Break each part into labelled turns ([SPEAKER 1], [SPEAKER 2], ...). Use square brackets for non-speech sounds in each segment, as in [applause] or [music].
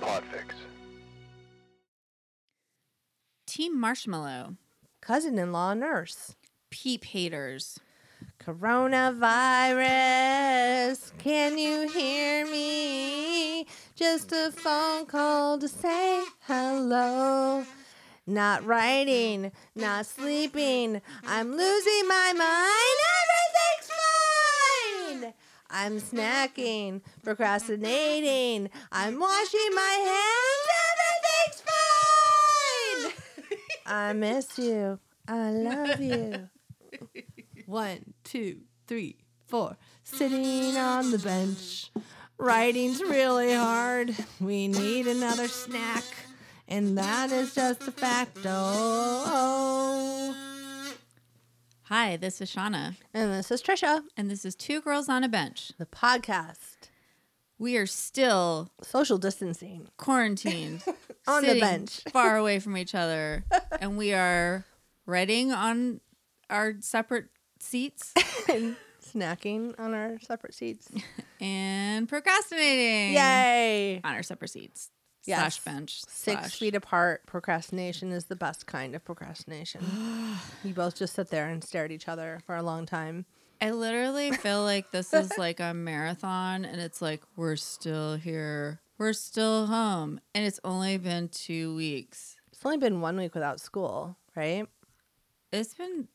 [SPEAKER 1] Podfix.
[SPEAKER 2] Team Marshmallow.
[SPEAKER 3] Cousin in law nurse.
[SPEAKER 2] Peep haters.
[SPEAKER 3] Coronavirus, can you hear me? Just a phone call to say hello. Not writing, not sleeping. I'm losing my mind. Everything's fine. I'm snacking, procrastinating. I'm washing my hands. Everything's fine. I miss you. I love you. One, two, three, four. Sitting on the bench. Writing's really hard. We need another snack. And that is just a facto.
[SPEAKER 2] Hi, this is Shauna,
[SPEAKER 3] And this is Trisha,
[SPEAKER 2] and this is Two Girls on a Bench.
[SPEAKER 3] the podcast.
[SPEAKER 2] We are still
[SPEAKER 3] Social distancing.
[SPEAKER 2] quarantined
[SPEAKER 3] [laughs] On the
[SPEAKER 2] sitting
[SPEAKER 3] bench.
[SPEAKER 2] [laughs] far away from each other, and we are writing on our separate
[SPEAKER 3] [laughs]
[SPEAKER 2] seats
[SPEAKER 3] And snacking on our separate seats.
[SPEAKER 2] and procrastinating
[SPEAKER 3] Yay!
[SPEAKER 2] on our separate seats
[SPEAKER 3] Yes.
[SPEAKER 2] slash bench
[SPEAKER 3] Six
[SPEAKER 2] slash-
[SPEAKER 3] feet apart, procrastination is the best kind of procrastination. you both just sit there and stare at each other for a long time.
[SPEAKER 2] I literally feel like this
[SPEAKER 3] [laughs]
[SPEAKER 2] is like a marathon, and it's like we're still here, we're still home, and it's only been two weeks.
[SPEAKER 3] It's only been one week without school, right?
[SPEAKER 2] It's been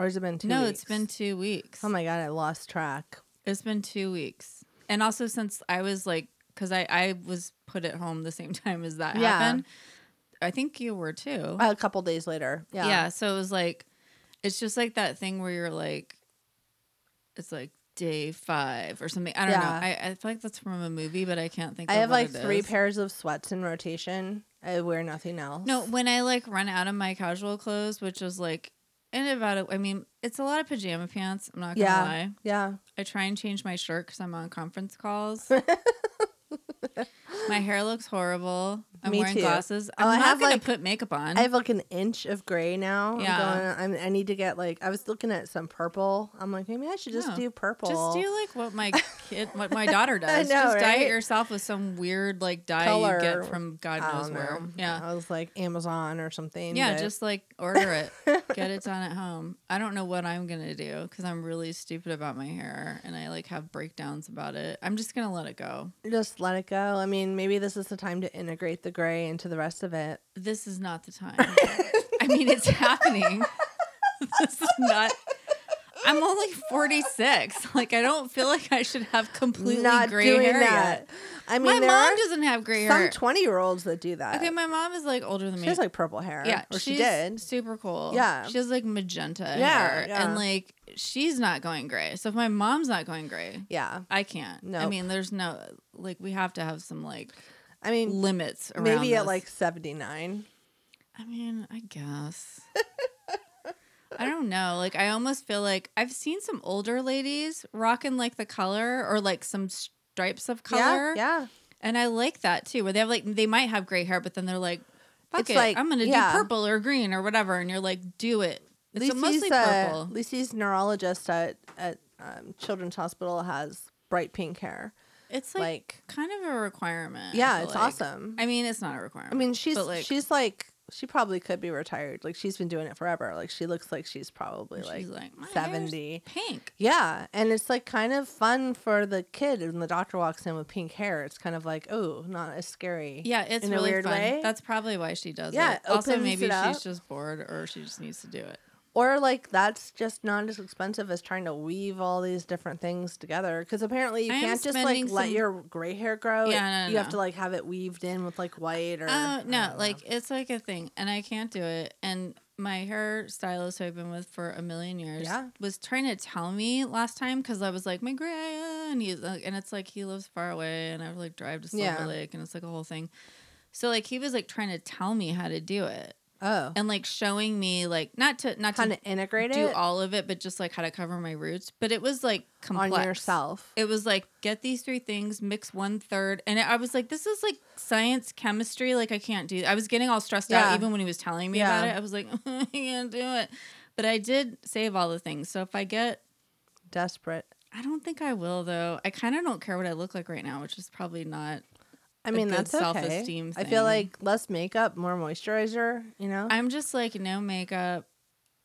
[SPEAKER 3] Or has it been two?
[SPEAKER 2] no,
[SPEAKER 3] weeks?
[SPEAKER 2] it's been two weeks.
[SPEAKER 3] Oh my god, I lost track.
[SPEAKER 2] It's been two weeks, and also since I was like, because I I was put at home the same [laughs] time as that
[SPEAKER 3] Yeah.
[SPEAKER 2] happened. I think you were too.
[SPEAKER 3] A couple days later. Yeah.
[SPEAKER 2] yeah. so it was like it's just like that thing where you're like it's like day five or something i don't
[SPEAKER 3] Yeah.
[SPEAKER 2] know I, I feel like that's from a movie but i can't think
[SPEAKER 3] I
[SPEAKER 2] of
[SPEAKER 3] have
[SPEAKER 2] what
[SPEAKER 3] like
[SPEAKER 2] it
[SPEAKER 3] three
[SPEAKER 2] is.
[SPEAKER 3] pairs of sweats in rotation. I wear nothing else.
[SPEAKER 2] no when i like run out of my casual clothes which is like in about a, i mean it's a lot of pajama pants i'm not gonna
[SPEAKER 3] Yeah.
[SPEAKER 2] lie
[SPEAKER 3] Yeah.
[SPEAKER 2] i try and change my shirt because i'm on conference
[SPEAKER 3] [laughs]
[SPEAKER 2] calls my hair looks horrible i'm
[SPEAKER 3] Me
[SPEAKER 2] wearing
[SPEAKER 3] too.
[SPEAKER 2] glasses
[SPEAKER 3] Oh,
[SPEAKER 2] i'm
[SPEAKER 3] I
[SPEAKER 2] not
[SPEAKER 3] have,
[SPEAKER 2] gonna
[SPEAKER 3] like-
[SPEAKER 2] put makeup on
[SPEAKER 3] I have like an inch of gray now.
[SPEAKER 2] Yeah.
[SPEAKER 3] I'm going, I'm, I need to get like, I was looking at some purple. I'm like, maybe I should just
[SPEAKER 2] No,
[SPEAKER 3] do purple.
[SPEAKER 2] Just do like what
[SPEAKER 3] [laughs]
[SPEAKER 2] my kid, what my daughter does.
[SPEAKER 3] know,
[SPEAKER 2] Just dye
[SPEAKER 3] right?
[SPEAKER 2] it yourself with some weird like dye
[SPEAKER 3] Color.
[SPEAKER 2] you get from God
[SPEAKER 3] I
[SPEAKER 2] knows
[SPEAKER 3] don't
[SPEAKER 2] where.
[SPEAKER 3] know.
[SPEAKER 2] Yeah,
[SPEAKER 3] I was like Amazon or something.
[SPEAKER 2] yeah.
[SPEAKER 3] but-
[SPEAKER 2] Just like order
[SPEAKER 3] [laughs]
[SPEAKER 2] it, get it done at home. I don't know what I'm gonna do because I'm really stupid about my hair and I like have breakdowns about it. I'm just gonna let it go.
[SPEAKER 3] just let it go. I mean, maybe this is the time to integrate the gray into the rest of it.
[SPEAKER 2] This is not the time. I mean, it's happening. [laughs] this is not. I'm only 46. Like I don't feel like I should have completely
[SPEAKER 3] Not
[SPEAKER 2] gray
[SPEAKER 3] doing
[SPEAKER 2] hair
[SPEAKER 3] that.
[SPEAKER 2] yet.
[SPEAKER 3] I mean,
[SPEAKER 2] My
[SPEAKER 3] there
[SPEAKER 2] mom
[SPEAKER 3] are
[SPEAKER 2] doesn't have gray
[SPEAKER 3] some
[SPEAKER 2] hair.
[SPEAKER 3] 20 year olds that do that.
[SPEAKER 2] Okay, my mom is like older than me.
[SPEAKER 3] She has like purple hair.
[SPEAKER 2] yeah,
[SPEAKER 3] or she
[SPEAKER 2] she's
[SPEAKER 3] did.
[SPEAKER 2] Super cool.
[SPEAKER 3] Yeah.
[SPEAKER 2] she has like magenta
[SPEAKER 3] Yeah,
[SPEAKER 2] hair,
[SPEAKER 3] yeah.
[SPEAKER 2] and like she's not going gray. So if my mom's not going gray,
[SPEAKER 3] Yeah,
[SPEAKER 2] I can't. I
[SPEAKER 3] Nope.
[SPEAKER 2] mean, there's no like we have to have some like
[SPEAKER 3] I mean,
[SPEAKER 2] limits around.
[SPEAKER 3] maybe at
[SPEAKER 2] this.
[SPEAKER 3] like seventy nine.
[SPEAKER 2] I mean, I guess. I don't know. Like I almost feel like I've seen some older ladies rocking like the color or like some stripes of color.
[SPEAKER 3] Yeah, yeah.
[SPEAKER 2] And I like that too, where they have like they might have gray hair, but then they're like, "Fuck
[SPEAKER 3] It's
[SPEAKER 2] it,
[SPEAKER 3] like-
[SPEAKER 2] I'm gonna
[SPEAKER 3] yeah.
[SPEAKER 2] do purple or green or whatever," and you're like, "Do it." It's
[SPEAKER 3] Lisi's,
[SPEAKER 2] mostly
[SPEAKER 3] uh,
[SPEAKER 2] purple.
[SPEAKER 3] Lisi's neurologist at at um, Children's Hospital has bright pink hair.
[SPEAKER 2] it's like,
[SPEAKER 3] Like,
[SPEAKER 2] kind of a requirement. I
[SPEAKER 3] yeah,
[SPEAKER 2] feel
[SPEAKER 3] it's
[SPEAKER 2] like.
[SPEAKER 3] awesome.
[SPEAKER 2] I mean, it's not a requirement.
[SPEAKER 3] I mean, she's
[SPEAKER 2] but, like,
[SPEAKER 3] she's like she probably could be retired. Like she's been doing it forever. Like she looks like she's probably
[SPEAKER 2] she's
[SPEAKER 3] like,
[SPEAKER 2] like, "My hair's
[SPEAKER 3] seventy.
[SPEAKER 2] pink.
[SPEAKER 3] Yeah, and it's like kind of fun for the kid when the doctor walks in with pink hair. It's kind of like, oh, not as scary.
[SPEAKER 2] Yeah, it's
[SPEAKER 3] in
[SPEAKER 2] really
[SPEAKER 3] a weird
[SPEAKER 2] fun.
[SPEAKER 3] way.
[SPEAKER 2] That's probably why she does
[SPEAKER 3] Yeah,
[SPEAKER 2] it.
[SPEAKER 3] it
[SPEAKER 2] Also,
[SPEAKER 3] opens
[SPEAKER 2] maybe
[SPEAKER 3] it
[SPEAKER 2] she's
[SPEAKER 3] up.
[SPEAKER 2] just bored or she just needs to do it.
[SPEAKER 3] or like that's just not as expensive as trying to weave all these different things together. Because apparently you
[SPEAKER 2] I am
[SPEAKER 3] can't just like
[SPEAKER 2] spending
[SPEAKER 3] let
[SPEAKER 2] some-
[SPEAKER 3] your gray hair grow. It-
[SPEAKER 2] Yeah, no,
[SPEAKER 3] you have
[SPEAKER 2] no.
[SPEAKER 3] to like have it weaved in with like white or.
[SPEAKER 2] Oh
[SPEAKER 3] I
[SPEAKER 2] no,
[SPEAKER 3] don't
[SPEAKER 2] like
[SPEAKER 3] know.
[SPEAKER 2] it's like a thing, and I can't do it. And my hair stylist who I've been with for a million years
[SPEAKER 3] Yeah.
[SPEAKER 2] was trying to tell me last time because I was like my gray, uh," and he's like, and it's like he lives far away, and I would like drive to Silver
[SPEAKER 3] Yeah.
[SPEAKER 2] Lake, and it's like a whole thing. So like he was like trying to tell me how to do it,
[SPEAKER 3] oh,
[SPEAKER 2] and like showing me like not to not
[SPEAKER 3] kind
[SPEAKER 2] to
[SPEAKER 3] of integrate
[SPEAKER 2] do
[SPEAKER 3] it
[SPEAKER 2] all of it, but just like how to cover my roots. But it was like
[SPEAKER 3] on
[SPEAKER 2] complex.
[SPEAKER 3] yourself.
[SPEAKER 2] It was like get these three things, mix one third, and I was like, this is like science, chemistry. Like I can't do. I was getting all stressed
[SPEAKER 3] Yeah.
[SPEAKER 2] out even when he was telling me
[SPEAKER 3] Yeah.
[SPEAKER 2] about it. I was like, [laughs] I can't do it. But I did save all the things. So if I get,
[SPEAKER 3] Desperate.
[SPEAKER 2] I don't think I will though. I kind of don't care what I look like right now, which is probably not
[SPEAKER 3] I mean,
[SPEAKER 2] good
[SPEAKER 3] that's okay.
[SPEAKER 2] self-esteem
[SPEAKER 3] I
[SPEAKER 2] thing.
[SPEAKER 3] feel like less makeup, more moisturizer. You know,
[SPEAKER 2] I'm just like no makeup,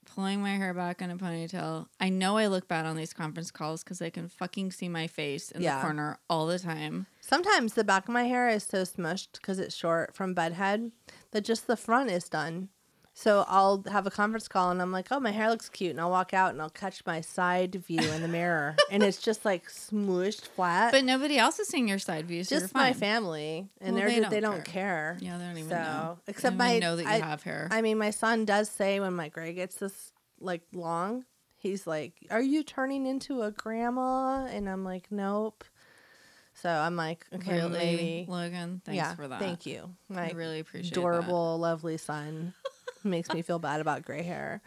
[SPEAKER 2] pulling my hair back in a ponytail. I know I look bad on these conference calls because I can fucking see my face in
[SPEAKER 3] Yeah.
[SPEAKER 2] the corner all the time.
[SPEAKER 3] sometimes the back of my hair is so smushed because it's short from bedhead that just the front is done. So I'll have a conference call and I'm like, oh, my hair looks cute, and I'll walk out and I'll catch my side view in the mirror, and it's just like smooshed flat.
[SPEAKER 2] But nobody else is seeing your side view, so you're
[SPEAKER 3] just my
[SPEAKER 2] fine.
[SPEAKER 3] family, and
[SPEAKER 2] Well,
[SPEAKER 3] they're
[SPEAKER 2] they
[SPEAKER 3] just- they
[SPEAKER 2] don't
[SPEAKER 3] don't care.
[SPEAKER 2] Yeah, they don't even
[SPEAKER 3] So,
[SPEAKER 2] know. They
[SPEAKER 3] except
[SPEAKER 2] don't even
[SPEAKER 3] my-
[SPEAKER 2] know that you
[SPEAKER 3] I-
[SPEAKER 2] have hair.
[SPEAKER 3] I mean, my son does say when my gray gets this like long, he's like, "Are you turning into a grandma?" And I'm like, "Nope." So I'm like, "Okay, well,
[SPEAKER 2] really,
[SPEAKER 3] maybe."
[SPEAKER 2] Logan. Thanks
[SPEAKER 3] yeah,
[SPEAKER 2] for that.
[SPEAKER 3] Thank you. My
[SPEAKER 2] I really appreciate that.
[SPEAKER 3] adorable, lovely son [laughs] makes me feel bad about gray hair.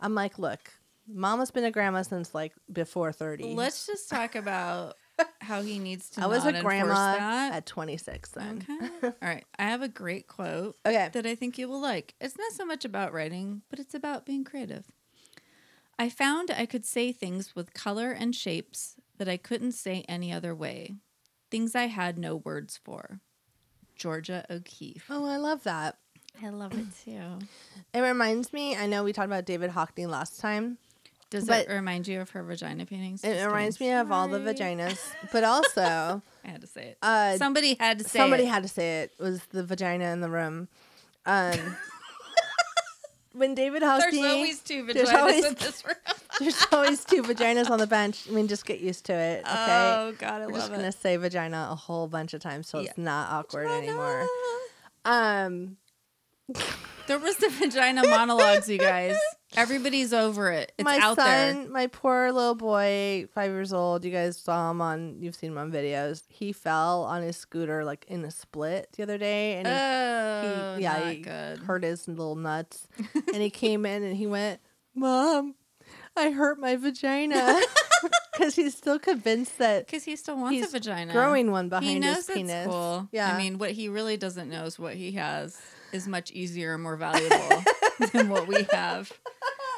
[SPEAKER 3] I'm like, "Look, mama's been a grandma since like before 30.
[SPEAKER 2] Let's just talk
[SPEAKER 3] [laughs]
[SPEAKER 2] about how he needs to.
[SPEAKER 3] I was
[SPEAKER 2] not
[SPEAKER 3] a
[SPEAKER 2] enforce
[SPEAKER 3] grandma
[SPEAKER 2] That.
[SPEAKER 3] at 26 then. [laughs]
[SPEAKER 2] Okay. All right. I have a great quote.
[SPEAKER 3] Okay.
[SPEAKER 2] that I think you will like. It's not so much about writing, but it's about being creative. I found I could say things with color and shapes that I couldn't say any other way, things I had no words for. Georgia O'Keeffe.
[SPEAKER 3] Oh, I love that.
[SPEAKER 2] [gasps] I love it too.
[SPEAKER 3] It reminds me, I know we talked about David Hockney last time.
[SPEAKER 2] Does
[SPEAKER 3] But-
[SPEAKER 2] it remind you of her vagina paintings?
[SPEAKER 3] It
[SPEAKER 2] Just
[SPEAKER 3] reminds me
[SPEAKER 2] kidding.
[SPEAKER 3] of all the
[SPEAKER 2] Sorry.
[SPEAKER 3] vaginas, but also
[SPEAKER 2] I had to say it.
[SPEAKER 3] uh,
[SPEAKER 2] somebody had to [laughs] say
[SPEAKER 3] somebody
[SPEAKER 2] it.
[SPEAKER 3] had to say it was the vagina in the room.
[SPEAKER 2] [laughs]
[SPEAKER 3] Um, when David Hockney,
[SPEAKER 2] There's always two
[SPEAKER 3] there's
[SPEAKER 2] vaginas
[SPEAKER 3] always-
[SPEAKER 2] in
[SPEAKER 3] [laughs]
[SPEAKER 2] this room.
[SPEAKER 3] there's always two vaginas on the bench. I mean, just get used to it. Okay,
[SPEAKER 2] Oh God, I
[SPEAKER 3] we're
[SPEAKER 2] love
[SPEAKER 3] just
[SPEAKER 2] it.
[SPEAKER 3] gonna say vagina a whole bunch of times, so it's not awkward anymore.
[SPEAKER 2] Vagina.
[SPEAKER 3] Um,
[SPEAKER 2] There was the vagina monologues, you
[SPEAKER 3] [laughs]
[SPEAKER 2] guys. Everybody's over it. It's
[SPEAKER 3] my
[SPEAKER 2] out
[SPEAKER 3] son,
[SPEAKER 2] there.
[SPEAKER 3] my poor little boy, five years old. You guys saw him on, you've seen him on videos. He fell on his scooter like in a split the other day, and he
[SPEAKER 2] Oh,
[SPEAKER 3] he, yeah,
[SPEAKER 2] not
[SPEAKER 3] he
[SPEAKER 2] good.
[SPEAKER 3] hurt his
[SPEAKER 2] [laughs]
[SPEAKER 3] little nuts, and he came in and he went, "Mom, I hurt my vagina," [laughs] because he's still convinced that
[SPEAKER 2] Because he still wants
[SPEAKER 3] He's
[SPEAKER 2] a vagina.
[SPEAKER 3] growing one behind
[SPEAKER 2] He knows
[SPEAKER 3] his
[SPEAKER 2] it's
[SPEAKER 3] penis.
[SPEAKER 2] cool.
[SPEAKER 3] Yeah,
[SPEAKER 2] I mean, what he really doesn't know is what he has is much easier and more
[SPEAKER 3] [laughs]
[SPEAKER 2] valuable than what we have.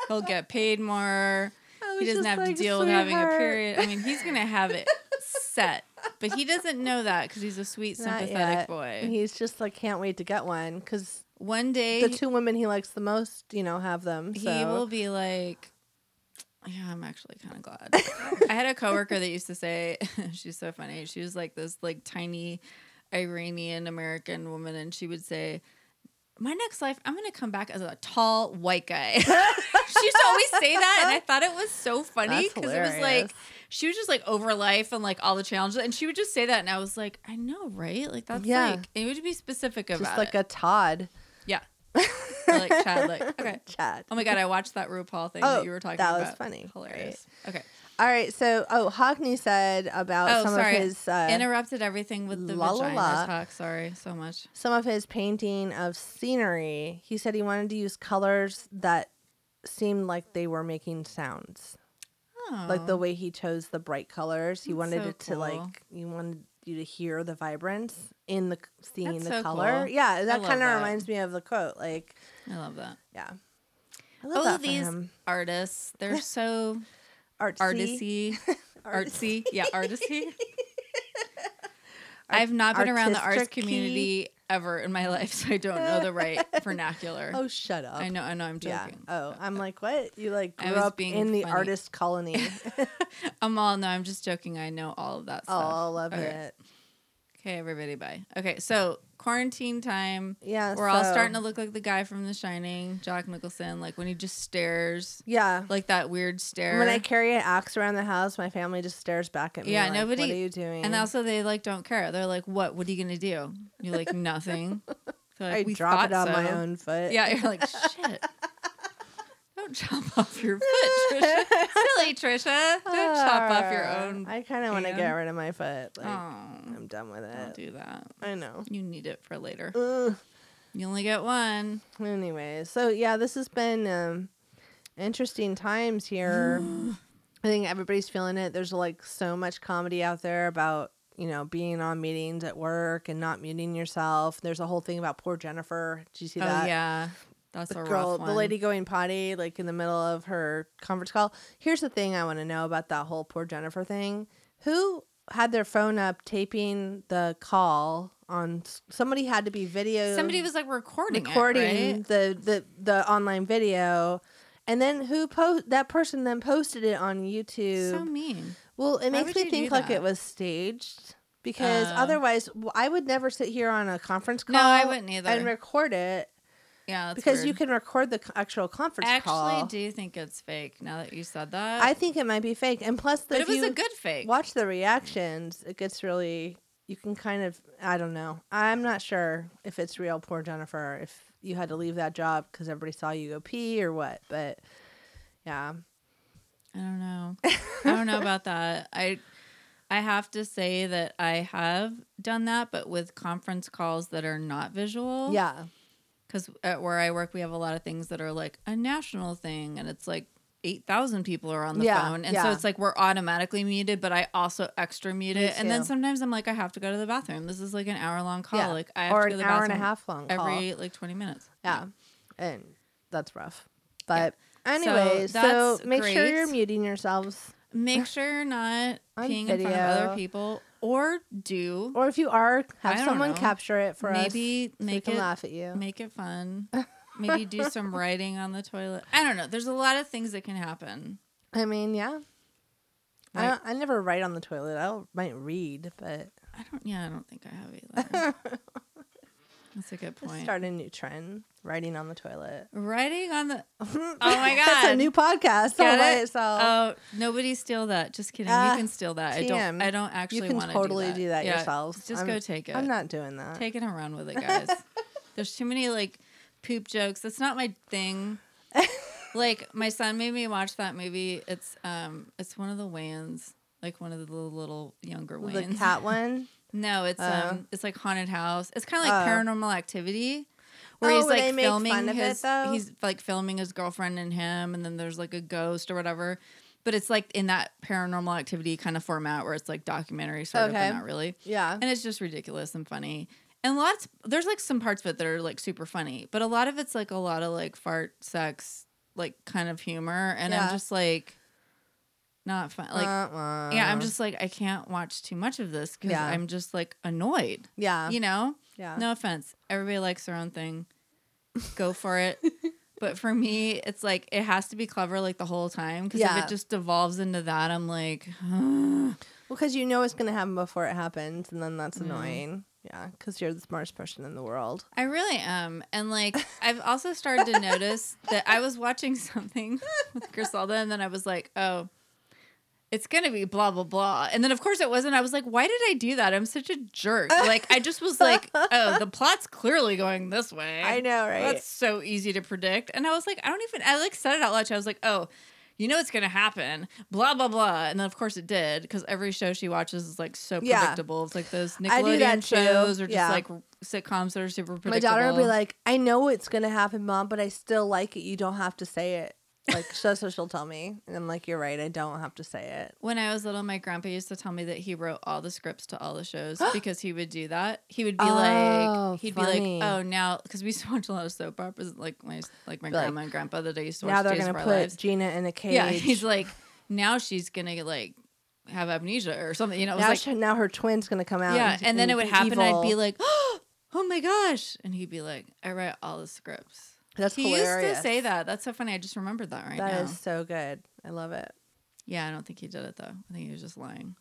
[SPEAKER 2] He'll get paid more.
[SPEAKER 3] I
[SPEAKER 2] He
[SPEAKER 3] was
[SPEAKER 2] doesn't
[SPEAKER 3] just
[SPEAKER 2] have
[SPEAKER 3] like,
[SPEAKER 2] to deal with having a
[SPEAKER 3] "Sweetheart,
[SPEAKER 2] period. I mean, he's gonna have it set, but he doesn't know that because he's a sweet,
[SPEAKER 3] not
[SPEAKER 2] sympathetic
[SPEAKER 3] yet."
[SPEAKER 2] boy.
[SPEAKER 3] And he's just like can't wait to get one because
[SPEAKER 2] One day,
[SPEAKER 3] the two women he likes the most, you know, have them. So.
[SPEAKER 2] he will be like yeah i'm actually kind of glad [laughs] i had a coworker that used to say [laughs] she's so funny she was like this like tiny iranian american woman and she would say my next life i'm gonna come back as a tall white guy [laughs] she used to always say that
[SPEAKER 3] [laughs]
[SPEAKER 2] and i thought it was so funny
[SPEAKER 3] That's
[SPEAKER 2] because it was
[SPEAKER 3] hilarious.
[SPEAKER 2] like she was just like over life and like all the challenges and she would just say that and i was like i know right like that's
[SPEAKER 3] Yeah.
[SPEAKER 2] like it would be specific about
[SPEAKER 3] just like
[SPEAKER 2] it
[SPEAKER 3] a Todd. [laughs]
[SPEAKER 2] yeah Or like chad like okay
[SPEAKER 3] Chad.
[SPEAKER 2] Oh my god, I watched that RuPaul thing
[SPEAKER 3] Oh,
[SPEAKER 2] that you were talking
[SPEAKER 3] that
[SPEAKER 2] about.
[SPEAKER 3] was funny.
[SPEAKER 2] Hilarious. Okay.
[SPEAKER 3] All right, so oh, Hockney said about
[SPEAKER 2] Oh,
[SPEAKER 3] some
[SPEAKER 2] sorry.
[SPEAKER 3] of his uh,
[SPEAKER 2] Interrupted everything with the
[SPEAKER 3] la, la,
[SPEAKER 2] vagina
[SPEAKER 3] la.
[SPEAKER 2] talk. Sorry so much.
[SPEAKER 3] some of his painting of scenery. He said he wanted to use colors that seemed like they were making sounds.
[SPEAKER 2] Oh.
[SPEAKER 3] Like the way he chose the bright colors, he
[SPEAKER 2] That's
[SPEAKER 3] wanted
[SPEAKER 2] so
[SPEAKER 3] it to
[SPEAKER 2] cool.
[SPEAKER 3] like he wanted you to hear the vibrance in the seeing
[SPEAKER 2] That's
[SPEAKER 3] the
[SPEAKER 2] so
[SPEAKER 3] color.
[SPEAKER 2] cool.
[SPEAKER 3] Yeah, that
[SPEAKER 2] love
[SPEAKER 3] kind of
[SPEAKER 2] that.
[SPEAKER 3] reminds me of the quote. Like,
[SPEAKER 2] I love that.
[SPEAKER 3] yeah, I
[SPEAKER 2] Oh,
[SPEAKER 3] love that for
[SPEAKER 2] these
[SPEAKER 3] him.
[SPEAKER 2] artists. They're so
[SPEAKER 3] Artsy.
[SPEAKER 2] artisy.
[SPEAKER 3] [laughs] Artsy.
[SPEAKER 2] Artsy. Yeah, artisy.
[SPEAKER 3] [laughs]
[SPEAKER 2] I've not been around the arts
[SPEAKER 3] artistic-y.
[SPEAKER 2] community ever in my life, so I don't know the
[SPEAKER 3] [laughs]
[SPEAKER 2] right vernacular.
[SPEAKER 3] Oh, shut up.
[SPEAKER 2] I know, I know, I'm
[SPEAKER 3] Yeah.
[SPEAKER 2] joking.
[SPEAKER 3] Oh, I'm like, what? You like
[SPEAKER 2] I
[SPEAKER 3] grew
[SPEAKER 2] was
[SPEAKER 3] up
[SPEAKER 2] being
[SPEAKER 3] in the
[SPEAKER 2] funny. [laughs]
[SPEAKER 3] artist colony.
[SPEAKER 2] I'm Um, all, no, I'm just joking. I know all of that
[SPEAKER 3] oh,
[SPEAKER 2] stuff.
[SPEAKER 3] I love
[SPEAKER 2] Okay.
[SPEAKER 3] it.
[SPEAKER 2] Okay, everybody, bye. Okay, so quarantine time.
[SPEAKER 3] Yeah,
[SPEAKER 2] We're all
[SPEAKER 3] so-
[SPEAKER 2] starting to look like the guy from The Shining, Jack Nicholson, like when he just stares,
[SPEAKER 3] Yeah.
[SPEAKER 2] like that weird stare.
[SPEAKER 3] When I carry an axe around the house, my family just stares back at me.
[SPEAKER 2] Yeah,
[SPEAKER 3] like,
[SPEAKER 2] nobody-
[SPEAKER 3] What are you doing?
[SPEAKER 2] and also they like don't care. They're like, "What? What are you gonna do?" You're like,
[SPEAKER 3] [laughs]
[SPEAKER 2] "Nothing." They're
[SPEAKER 3] I
[SPEAKER 2] like,
[SPEAKER 3] drop it
[SPEAKER 2] thought
[SPEAKER 3] on my
[SPEAKER 2] so."
[SPEAKER 3] own foot.
[SPEAKER 2] Yeah, [laughs] you're like,
[SPEAKER 3] [laughs]
[SPEAKER 2] "Shit." Don't chop off your foot, Trisha. Silly Trisha. Don't chop off
[SPEAKER 3] [laughs]
[SPEAKER 2] your
[SPEAKER 3] Arr.
[SPEAKER 2] own.
[SPEAKER 3] I kind of want to get
[SPEAKER 2] hand.
[SPEAKER 3] rid of my foot. Ah, Like,
[SPEAKER 2] Oh,
[SPEAKER 3] I'm done with
[SPEAKER 2] don't
[SPEAKER 3] it.
[SPEAKER 2] do that.
[SPEAKER 3] I know.
[SPEAKER 2] You need it for later.
[SPEAKER 3] Ugh.
[SPEAKER 2] You only get one.
[SPEAKER 3] Anyway, so yeah, this has been um, interesting times here.
[SPEAKER 2] [gasps]
[SPEAKER 3] I think everybody's feeling it. There's like so much comedy out there about you know being on meetings at work and not muting yourself. There's a whole thing about poor Jennifer. Did you see
[SPEAKER 2] Oh
[SPEAKER 3] that?
[SPEAKER 2] yeah, that's
[SPEAKER 3] the
[SPEAKER 2] a
[SPEAKER 3] girl,
[SPEAKER 2] rough one.
[SPEAKER 3] the lady going potty, like in the middle of her conference call. Here's the thing I want to know about that whole poor Jennifer thing. Who had their phone up taping the call on somebody had to be video
[SPEAKER 2] Somebody was like recording,
[SPEAKER 3] recording
[SPEAKER 2] it, right?
[SPEAKER 3] the, the the online video and then who post that person then posted it on youtube
[SPEAKER 2] So mean.
[SPEAKER 3] well it makes
[SPEAKER 2] would
[SPEAKER 3] me
[SPEAKER 2] you
[SPEAKER 3] think
[SPEAKER 2] do
[SPEAKER 3] like
[SPEAKER 2] that?
[SPEAKER 3] it was staged because
[SPEAKER 2] Oh.
[SPEAKER 3] otherwise w- i would never sit here on a conference call
[SPEAKER 2] No, I wouldn't either.
[SPEAKER 3] and record it
[SPEAKER 2] yeah, that's
[SPEAKER 3] because you
[SPEAKER 2] weird.
[SPEAKER 3] can record the c- actual conference
[SPEAKER 2] I actually
[SPEAKER 3] call
[SPEAKER 2] do think it's fake. Now that you said that,
[SPEAKER 3] i think it might be fake and plus the,
[SPEAKER 2] but it
[SPEAKER 3] if
[SPEAKER 2] was
[SPEAKER 3] you
[SPEAKER 2] a good fake.
[SPEAKER 3] watch the reactions it gets really you can kind of i don't know i'm not sure if it's real poor jennifer if you had to leave that job because everybody saw you go pee or what but yeah
[SPEAKER 2] I don't
[SPEAKER 3] [laughs]
[SPEAKER 2] know. I don't know about that. I I have to say that I have done that, but with conference calls that are not visual.
[SPEAKER 3] yeah
[SPEAKER 2] Because at where I work, we have a lot of things that are like a national thing, and it's like eight thousand people are on the
[SPEAKER 3] Yeah,
[SPEAKER 2] phone, and so
[SPEAKER 3] yeah.
[SPEAKER 2] it's like we're automatically muted, but I also extra mute it, and then
[SPEAKER 3] too.
[SPEAKER 2] sometimes I'm like, I have to go to the bathroom. This is like an hour long call.
[SPEAKER 3] yeah
[SPEAKER 2] Like I have to go
[SPEAKER 3] or
[SPEAKER 2] to
[SPEAKER 3] an
[SPEAKER 2] the
[SPEAKER 3] hour
[SPEAKER 2] bathroom
[SPEAKER 3] and a half long call.
[SPEAKER 2] every like twenty minutes.
[SPEAKER 3] yeah and that's rough but anyway
[SPEAKER 2] So
[SPEAKER 3] so,
[SPEAKER 2] that's
[SPEAKER 3] make sure
[SPEAKER 2] great.
[SPEAKER 3] you're muting yourselves
[SPEAKER 2] Make sure you're not
[SPEAKER 3] [laughs] On
[SPEAKER 2] peeing in front of
[SPEAKER 3] video.
[SPEAKER 2] other people, or do
[SPEAKER 3] or if you are have
[SPEAKER 2] I don't
[SPEAKER 3] someone
[SPEAKER 2] know.
[SPEAKER 3] capture it for us
[SPEAKER 2] maybe
[SPEAKER 3] so we
[SPEAKER 2] make
[SPEAKER 3] can
[SPEAKER 2] it
[SPEAKER 3] laugh at you
[SPEAKER 2] make it
[SPEAKER 3] [laughs]
[SPEAKER 2] fun. Maybe do some writing on the toilet. I don't know. There's a lot of things that can happen.
[SPEAKER 3] i mean yeah I,
[SPEAKER 2] Right.
[SPEAKER 3] don't- I never write on the toilet i might read but
[SPEAKER 2] I don't. Yeah, I don't think I have
[SPEAKER 3] [laughs]
[SPEAKER 2] either. That's a good point.
[SPEAKER 3] Start a new trend, writing on the toilet.
[SPEAKER 2] Writing on the.
[SPEAKER 3] Oh
[SPEAKER 2] my
[SPEAKER 3] [laughs] That's a
[SPEAKER 2] God.
[SPEAKER 3] new podcast all
[SPEAKER 2] Get
[SPEAKER 3] by
[SPEAKER 2] it?
[SPEAKER 3] itself.
[SPEAKER 2] Oh, nobody steal that. Just kidding.
[SPEAKER 3] Ah,
[SPEAKER 2] you can steal that. I
[SPEAKER 3] TM.
[SPEAKER 2] don't. I don't actually.
[SPEAKER 3] you can
[SPEAKER 2] wanna
[SPEAKER 3] totally
[SPEAKER 2] do that, Yeah,
[SPEAKER 3] yourselves.
[SPEAKER 2] Just
[SPEAKER 3] I'm-
[SPEAKER 2] go take it.
[SPEAKER 3] I'm not doing that.
[SPEAKER 2] Take it and run with it,
[SPEAKER 3] [laughs]
[SPEAKER 2] guys. There's too many like poop jokes. That's not my
[SPEAKER 3] [laughs]
[SPEAKER 2] thing. like my son made me watch that movie. It's um it's one of the Wayans, like one of the little, little younger
[SPEAKER 3] the
[SPEAKER 2] Wayans. [laughs]
[SPEAKER 3] cat one.
[SPEAKER 2] No, it's
[SPEAKER 3] Uh.
[SPEAKER 2] um it's like haunted house. It's kind of like
[SPEAKER 3] Oh.
[SPEAKER 2] paranormal activity. Where
[SPEAKER 3] Oh,
[SPEAKER 2] he's
[SPEAKER 3] where they
[SPEAKER 2] like
[SPEAKER 3] make
[SPEAKER 2] filming
[SPEAKER 3] fun of it,
[SPEAKER 2] his
[SPEAKER 3] though?
[SPEAKER 2] he's like filming his girlfriend and him and then there's like a ghost or whatever. But it's like in that paranormal activity kind of format where it's like documentary sort of
[SPEAKER 3] Okay.
[SPEAKER 2] but not really
[SPEAKER 3] Yeah.
[SPEAKER 2] and it's just ridiculous and funny. And lots there's like some parts of it that are like super funny, but a lot of it's like a lot of like fart sex like kind of humor and
[SPEAKER 3] Yeah.
[SPEAKER 2] I'm just like not fun. Like
[SPEAKER 3] Wah, wah.
[SPEAKER 2] yeah, I'm just like I can't watch too much of this cuz
[SPEAKER 3] Um, Yeah.
[SPEAKER 2] I'm just like annoyed,
[SPEAKER 3] yeah
[SPEAKER 2] you know?
[SPEAKER 3] yeah.
[SPEAKER 2] No offense. Everybody likes their own thing.
[SPEAKER 3] [laughs]
[SPEAKER 2] Go for it. but for me, it's like it has to be clever like the whole time cuz
[SPEAKER 3] Yeah.
[SPEAKER 2] if it just devolves into that, I'm like
[SPEAKER 3] because you know it's gonna happen before it happens, and then
[SPEAKER 2] Mm-hmm.
[SPEAKER 3] that's annoying. Yeah, because you're the smartest person in the world.
[SPEAKER 2] I really am. And like, I've also started to notice that I was watching [laughs] something with Griselda, and then I was like, oh, it's going to be blah, blah, blah. And then, of course, it wasn't. I was like, why did I do that? I'm such a jerk. Like, I just was like, oh, the plot's clearly going this way.
[SPEAKER 3] [laughs] I know, right?
[SPEAKER 2] That's so easy to predict. And I was like, I don't even, I like said it out loud. I was like, oh, you know it's going to happen, blah, blah, blah. And then, of course, it did because every show she watches is like so
[SPEAKER 3] Yeah.
[SPEAKER 2] predictable. It's like those
[SPEAKER 3] I do that
[SPEAKER 2] Nickelodeon
[SPEAKER 3] too.
[SPEAKER 2] shows or just
[SPEAKER 3] Yeah.
[SPEAKER 2] like sitcoms that are super predictable.
[SPEAKER 3] My daughter will be like, "I know it's gonna happen, mom, but I still like it. You don't have to say it." Like that's what she'll tell me, and I'm like, "You're right. I don't have to say it."
[SPEAKER 2] When I was little, my grandpa used to tell me that he wrote all the scripts to all the shows
[SPEAKER 3] [gasps]
[SPEAKER 2] because he would do that. He would be
[SPEAKER 3] Oh,
[SPEAKER 2] like, he'd be
[SPEAKER 3] funny.
[SPEAKER 2] like, oh, now because we used to watch a lot of soap operas, like my like my
[SPEAKER 3] Be like,
[SPEAKER 2] grandma and grandpa that I used to watch.
[SPEAKER 3] Now they're
[SPEAKER 2] Days
[SPEAKER 3] gonna
[SPEAKER 2] of Our
[SPEAKER 3] put
[SPEAKER 2] Lives.
[SPEAKER 3] Gina in a cage.
[SPEAKER 2] yeah. [laughs] He's like, now she's gonna like have amnesia or something. You know, it was
[SPEAKER 3] now,
[SPEAKER 2] like,
[SPEAKER 3] she- now her twin's gonna come out.
[SPEAKER 2] yeah. And then it would
[SPEAKER 3] be
[SPEAKER 2] happen. and I'd be
[SPEAKER 3] evil.
[SPEAKER 2] like, [gasps] oh my gosh, and he'd be like, I write all the scripts.
[SPEAKER 3] "That's
[SPEAKER 2] he
[SPEAKER 3] hilarious."
[SPEAKER 2] used to say that. That's so funny. I just remembered that right
[SPEAKER 3] That
[SPEAKER 2] now.
[SPEAKER 3] is so good. I love it.
[SPEAKER 2] Yeah, I don't think he did it though. I think he was just
[SPEAKER 3] [laughs]
[SPEAKER 2] lying.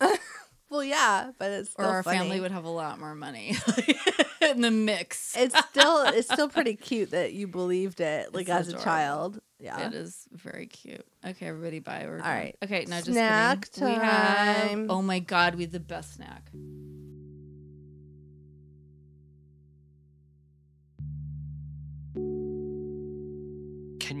[SPEAKER 3] Well, yeah, but it's
[SPEAKER 2] or
[SPEAKER 3] still
[SPEAKER 2] our
[SPEAKER 3] funny.
[SPEAKER 2] family would have a lot more money [laughs] in the mix.
[SPEAKER 3] [laughs] It's still it's still pretty cute that you
[SPEAKER 2] [laughs]
[SPEAKER 3] believed it, like
[SPEAKER 2] It's
[SPEAKER 3] as
[SPEAKER 2] adorable.
[SPEAKER 3] a child. Yeah.
[SPEAKER 2] It is very cute. Okay, everybody, bye. We're
[SPEAKER 3] All
[SPEAKER 2] done.
[SPEAKER 3] right.
[SPEAKER 2] Okay, now just kidding.
[SPEAKER 3] Snack
[SPEAKER 2] We have-
[SPEAKER 3] time.
[SPEAKER 2] oh my god, we had the best snack.
[SPEAKER 1] Can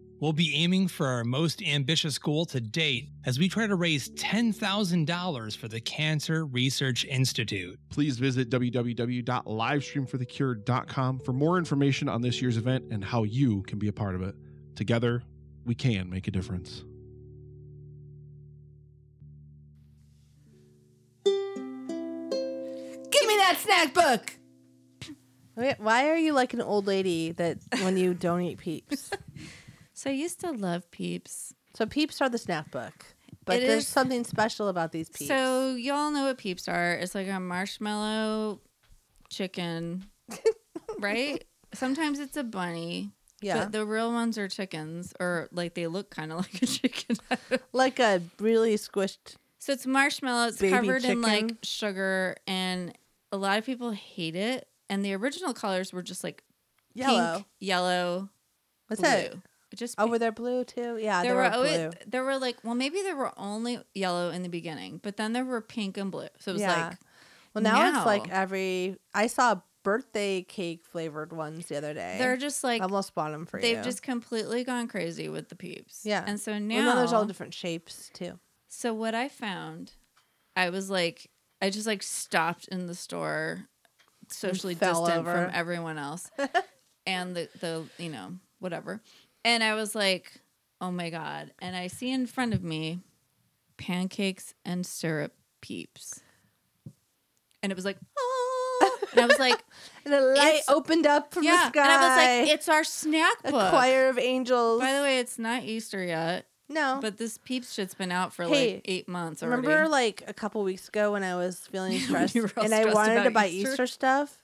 [SPEAKER 4] We'll be aiming for our most ambitious goal to date as we try to raise $10,000 for the Cancer Research Institute.
[SPEAKER 5] Please visit www.livestreamforthecure.com for more information on this year's event and how you can be a part of it. Together, we can make a difference.
[SPEAKER 2] snack book.
[SPEAKER 3] Wait, Why are you like an old lady that when you don't eat peeps?
[SPEAKER 2] [laughs] So I used to love Peeps.
[SPEAKER 3] So peeps are the snack book, but
[SPEAKER 2] It
[SPEAKER 3] there's
[SPEAKER 2] is-
[SPEAKER 3] something special about these peeps.
[SPEAKER 2] So y'all know what Peeps are? It's like a marshmallow
[SPEAKER 3] [laughs]
[SPEAKER 2] chicken, right? Sometimes it's a bunny.
[SPEAKER 3] yeah,
[SPEAKER 2] But the real ones are chickens, or like they look kind of [laughs] like a chicken.
[SPEAKER 3] like a really squished.
[SPEAKER 2] so it's marshmallow. It's
[SPEAKER 3] Baby
[SPEAKER 2] covered in like
[SPEAKER 3] chicken.
[SPEAKER 2] sugar, and a lot of people hate it. And the original colors were just like
[SPEAKER 3] Yellow.
[SPEAKER 2] pink, yellow,
[SPEAKER 3] What's
[SPEAKER 2] blue.
[SPEAKER 3] that?
[SPEAKER 2] Just
[SPEAKER 3] Oh,
[SPEAKER 2] pink.
[SPEAKER 3] were there blue too? Yeah, there,
[SPEAKER 2] there
[SPEAKER 3] were,
[SPEAKER 2] were always
[SPEAKER 3] blue.
[SPEAKER 2] there were like well maybe there were only yellow in the beginning, but then there were pink and blue. So it was
[SPEAKER 3] Yeah.
[SPEAKER 2] like
[SPEAKER 3] Well, now, it's like
[SPEAKER 2] now-
[SPEAKER 3] every. I saw birthday cake flavored ones the other day.
[SPEAKER 2] they're just like
[SPEAKER 3] I almost bought them for you.
[SPEAKER 2] they've just completely gone crazy with the peeps.
[SPEAKER 3] Yeah.
[SPEAKER 2] and so
[SPEAKER 3] Well,
[SPEAKER 2] now
[SPEAKER 3] now there's all different shapes too.
[SPEAKER 2] So what I found, I was like, I just like stopped in the store, socially
[SPEAKER 3] fell
[SPEAKER 2] distant
[SPEAKER 3] over.
[SPEAKER 2] from everyone else,
[SPEAKER 3] [laughs]
[SPEAKER 2] and the the you know whatever, and I was like, oh my god, and I see in front of me, pancakes and syrup peeps, and it was like, oh, and I was like,
[SPEAKER 3] And the light
[SPEAKER 2] It's-
[SPEAKER 3] opened up [laughs] from
[SPEAKER 2] yeah,
[SPEAKER 3] the sky.
[SPEAKER 2] and I was like, it's our snack
[SPEAKER 3] a
[SPEAKER 2] book.
[SPEAKER 3] choir of angels.
[SPEAKER 2] By the way, it's not Easter yet,
[SPEAKER 3] no,
[SPEAKER 2] but this peeps shit's been out for
[SPEAKER 3] Hey,
[SPEAKER 2] like eight months already.
[SPEAKER 3] Remember, like a couple weeks ago, when I was feeling
[SPEAKER 2] When [laughs]
[SPEAKER 3] stressed
[SPEAKER 2] you were all
[SPEAKER 3] and I
[SPEAKER 2] stressed
[SPEAKER 3] wanted to
[SPEAKER 2] about
[SPEAKER 3] buy Easter,
[SPEAKER 2] Easter?
[SPEAKER 3] stuff?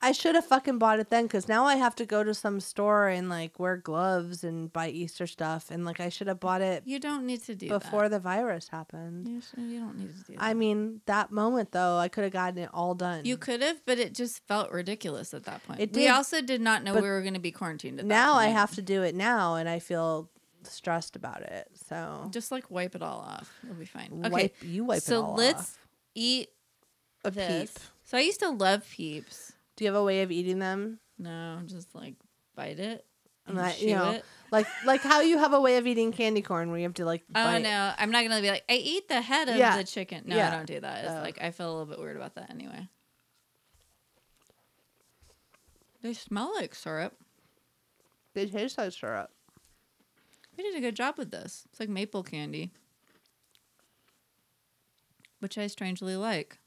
[SPEAKER 3] I should have fucking bought it then, because now I have to go to some store and like wear gloves and buy Easter stuff, and like I should have bought it
[SPEAKER 2] You don't need to do
[SPEAKER 3] before
[SPEAKER 2] that.
[SPEAKER 3] the virus happened.
[SPEAKER 2] You, sh- you don't need to do that.
[SPEAKER 3] I mean, that moment though, I could have gotten it all done.
[SPEAKER 2] you could have, but it just felt ridiculous at that point.
[SPEAKER 3] It
[SPEAKER 2] we
[SPEAKER 3] did,
[SPEAKER 2] also did not know
[SPEAKER 3] but
[SPEAKER 2] we were going to be quarantined. At
[SPEAKER 3] now
[SPEAKER 2] that
[SPEAKER 3] I
[SPEAKER 2] point.
[SPEAKER 3] have to do it now, and I feel stressed about it. So
[SPEAKER 2] just like wipe it all off. It'll be fine. Okay,
[SPEAKER 3] wipe you wipe
[SPEAKER 2] so
[SPEAKER 3] it all
[SPEAKER 2] let's
[SPEAKER 3] off.
[SPEAKER 2] eat
[SPEAKER 3] A
[SPEAKER 2] this.
[SPEAKER 3] peep.
[SPEAKER 2] So I used to love peeps.
[SPEAKER 3] Do you have a way of eating them?
[SPEAKER 2] No, just like bite it.
[SPEAKER 3] I'm
[SPEAKER 2] and
[SPEAKER 3] not- you
[SPEAKER 2] chew
[SPEAKER 3] know,
[SPEAKER 2] it.
[SPEAKER 3] Like like how you have a way of eating candy corn where you have to like.
[SPEAKER 2] Oh
[SPEAKER 3] bite.
[SPEAKER 2] no, I'm not gonna be like I eat the head of
[SPEAKER 3] Yeah.
[SPEAKER 2] the chicken. No,
[SPEAKER 3] Yeah.
[SPEAKER 2] I don't do that. It's
[SPEAKER 3] Oh.
[SPEAKER 2] like I feel a little bit weird about that anyway. They smell like syrup.
[SPEAKER 3] They taste like syrup.
[SPEAKER 2] We did a good job with this. It's like maple candy, which I strangely like.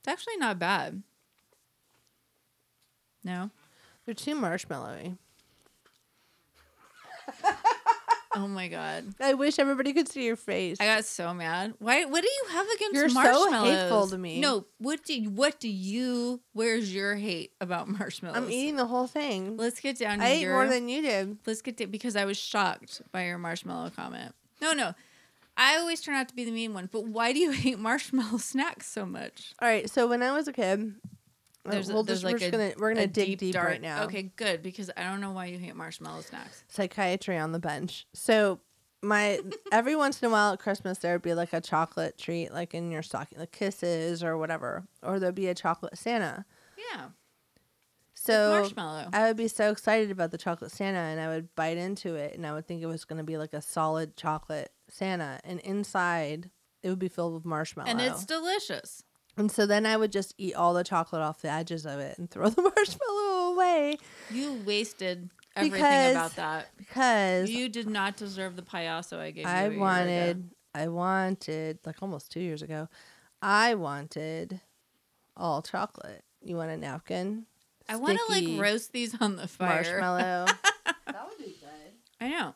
[SPEAKER 2] It's actually not bad. No.
[SPEAKER 3] They're too marshmallowy.
[SPEAKER 2] Oh my god.
[SPEAKER 3] I wish everybody could see your face.
[SPEAKER 2] I got so mad. Why? What do you have against
[SPEAKER 3] You're so
[SPEAKER 2] marshmallows?
[SPEAKER 3] hateful to me.
[SPEAKER 2] No. What do you, What do you? Where's your hate about [laughs] marshmallows?
[SPEAKER 3] I'm eating the whole thing.
[SPEAKER 2] Let's get down to
[SPEAKER 3] I ate
[SPEAKER 2] your.
[SPEAKER 3] more than you did.
[SPEAKER 2] let's get to because I was shocked by your marshmallow comment. No, no. I always turn out to be the mean one, but why do you [laughs] hate marshmallow snacks so much?
[SPEAKER 3] All right. So when I was a kid, uh,
[SPEAKER 2] There's a-
[SPEAKER 3] we'll
[SPEAKER 2] there's
[SPEAKER 3] just,
[SPEAKER 2] like
[SPEAKER 3] we're just
[SPEAKER 2] a-
[SPEAKER 3] gonna we're gonna
[SPEAKER 2] a
[SPEAKER 3] dig deep, right
[SPEAKER 2] dark-
[SPEAKER 3] now.
[SPEAKER 2] Okay, good because I don't know why you hate marshmallow snacks.
[SPEAKER 3] Psychiatry on the bench. So my every once in a while at Christmas there would be like a chocolate treat like in your stocking, like kisses or whatever, or there'd be a chocolate Santa.
[SPEAKER 2] Yeah,
[SPEAKER 3] So
[SPEAKER 2] marshmallow.
[SPEAKER 3] I would be so excited about the chocolate Santa and I would bite into it and I would think it was going to be like a solid chocolate Santa. And inside, it would be filled with marshmallow.
[SPEAKER 2] and it's delicious.
[SPEAKER 3] And so then I would just eat all the chocolate off the edges of it and throw the [laughs] marshmallow away
[SPEAKER 2] You wasted everything
[SPEAKER 3] Because-
[SPEAKER 2] about that.
[SPEAKER 3] because
[SPEAKER 2] You did not deserve the payaso I gave you.
[SPEAKER 3] I
[SPEAKER 2] a year ago.
[SPEAKER 3] wanted, I wanted, like almost two years ago, I wanted all chocolate. You want a napkin?
[SPEAKER 2] I want to
[SPEAKER 3] Sticky
[SPEAKER 2] like roast these on the fire. [laughs]
[SPEAKER 3] marshmallow. that would be good.
[SPEAKER 2] I know.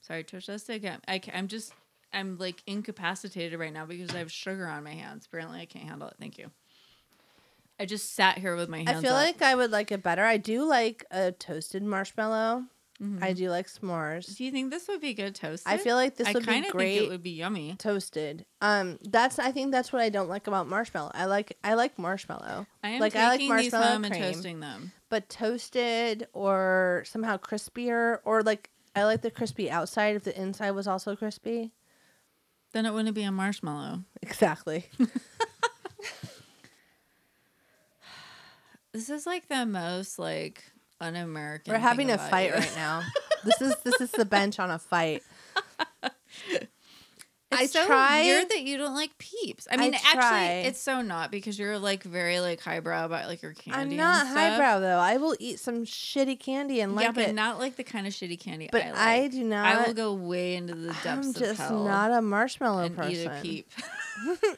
[SPEAKER 2] Sorry, Trish. That's again. I ca- I'm just I'm like incapacitated right now because I have sugar on my hands. Apparently, I can't handle it. Thank you. I just sat here with my hands.
[SPEAKER 3] I feel
[SPEAKER 2] up.
[SPEAKER 3] like I would like it better. I do like a toasted marshmallow.
[SPEAKER 2] Mm-hmm.
[SPEAKER 3] I do like s'mores.
[SPEAKER 2] Do you think this would be good toasted?
[SPEAKER 3] I feel like this
[SPEAKER 2] I
[SPEAKER 3] would be
[SPEAKER 2] kind of think
[SPEAKER 3] great
[SPEAKER 2] it would be yummy.
[SPEAKER 3] toasted. Um, that's I think that's what I don't like about marshmallow. I like I like marshmallow.
[SPEAKER 2] I am
[SPEAKER 3] like
[SPEAKER 2] taking
[SPEAKER 3] I like
[SPEAKER 2] these
[SPEAKER 3] marshmallow
[SPEAKER 2] home
[SPEAKER 3] cream,
[SPEAKER 2] and toasting them.
[SPEAKER 3] but toasted or somehow crispier or like I like the crispy outside if the inside was also crispy.
[SPEAKER 2] Then it wouldn't be a marshmallow.
[SPEAKER 3] Exactly.
[SPEAKER 2] This is like the most like un-American.
[SPEAKER 3] We're
[SPEAKER 2] thing
[SPEAKER 3] having a
[SPEAKER 2] about
[SPEAKER 3] fight
[SPEAKER 2] you.
[SPEAKER 3] right now. this is this is the bench on a fight. It's
[SPEAKER 2] It's
[SPEAKER 3] I
[SPEAKER 2] so
[SPEAKER 3] try.
[SPEAKER 2] weird that you don't like peeps. I mean,
[SPEAKER 3] try.
[SPEAKER 2] actually, it's so not because you're like very like highbrow about like your candy.
[SPEAKER 3] I'm
[SPEAKER 2] and
[SPEAKER 3] not
[SPEAKER 2] stuff.
[SPEAKER 3] highbrow though. I will eat some shitty candy and like
[SPEAKER 2] yeah, but
[SPEAKER 3] it.
[SPEAKER 2] not like the kind of shitty candy.
[SPEAKER 3] but
[SPEAKER 2] I, like.
[SPEAKER 3] I do not.
[SPEAKER 2] I will go way into the depths
[SPEAKER 3] I'm
[SPEAKER 2] of
[SPEAKER 3] just
[SPEAKER 2] hell
[SPEAKER 3] not a marshmallow
[SPEAKER 2] and
[SPEAKER 3] person.
[SPEAKER 2] eat a
[SPEAKER 3] [laughs]
[SPEAKER 2] peep.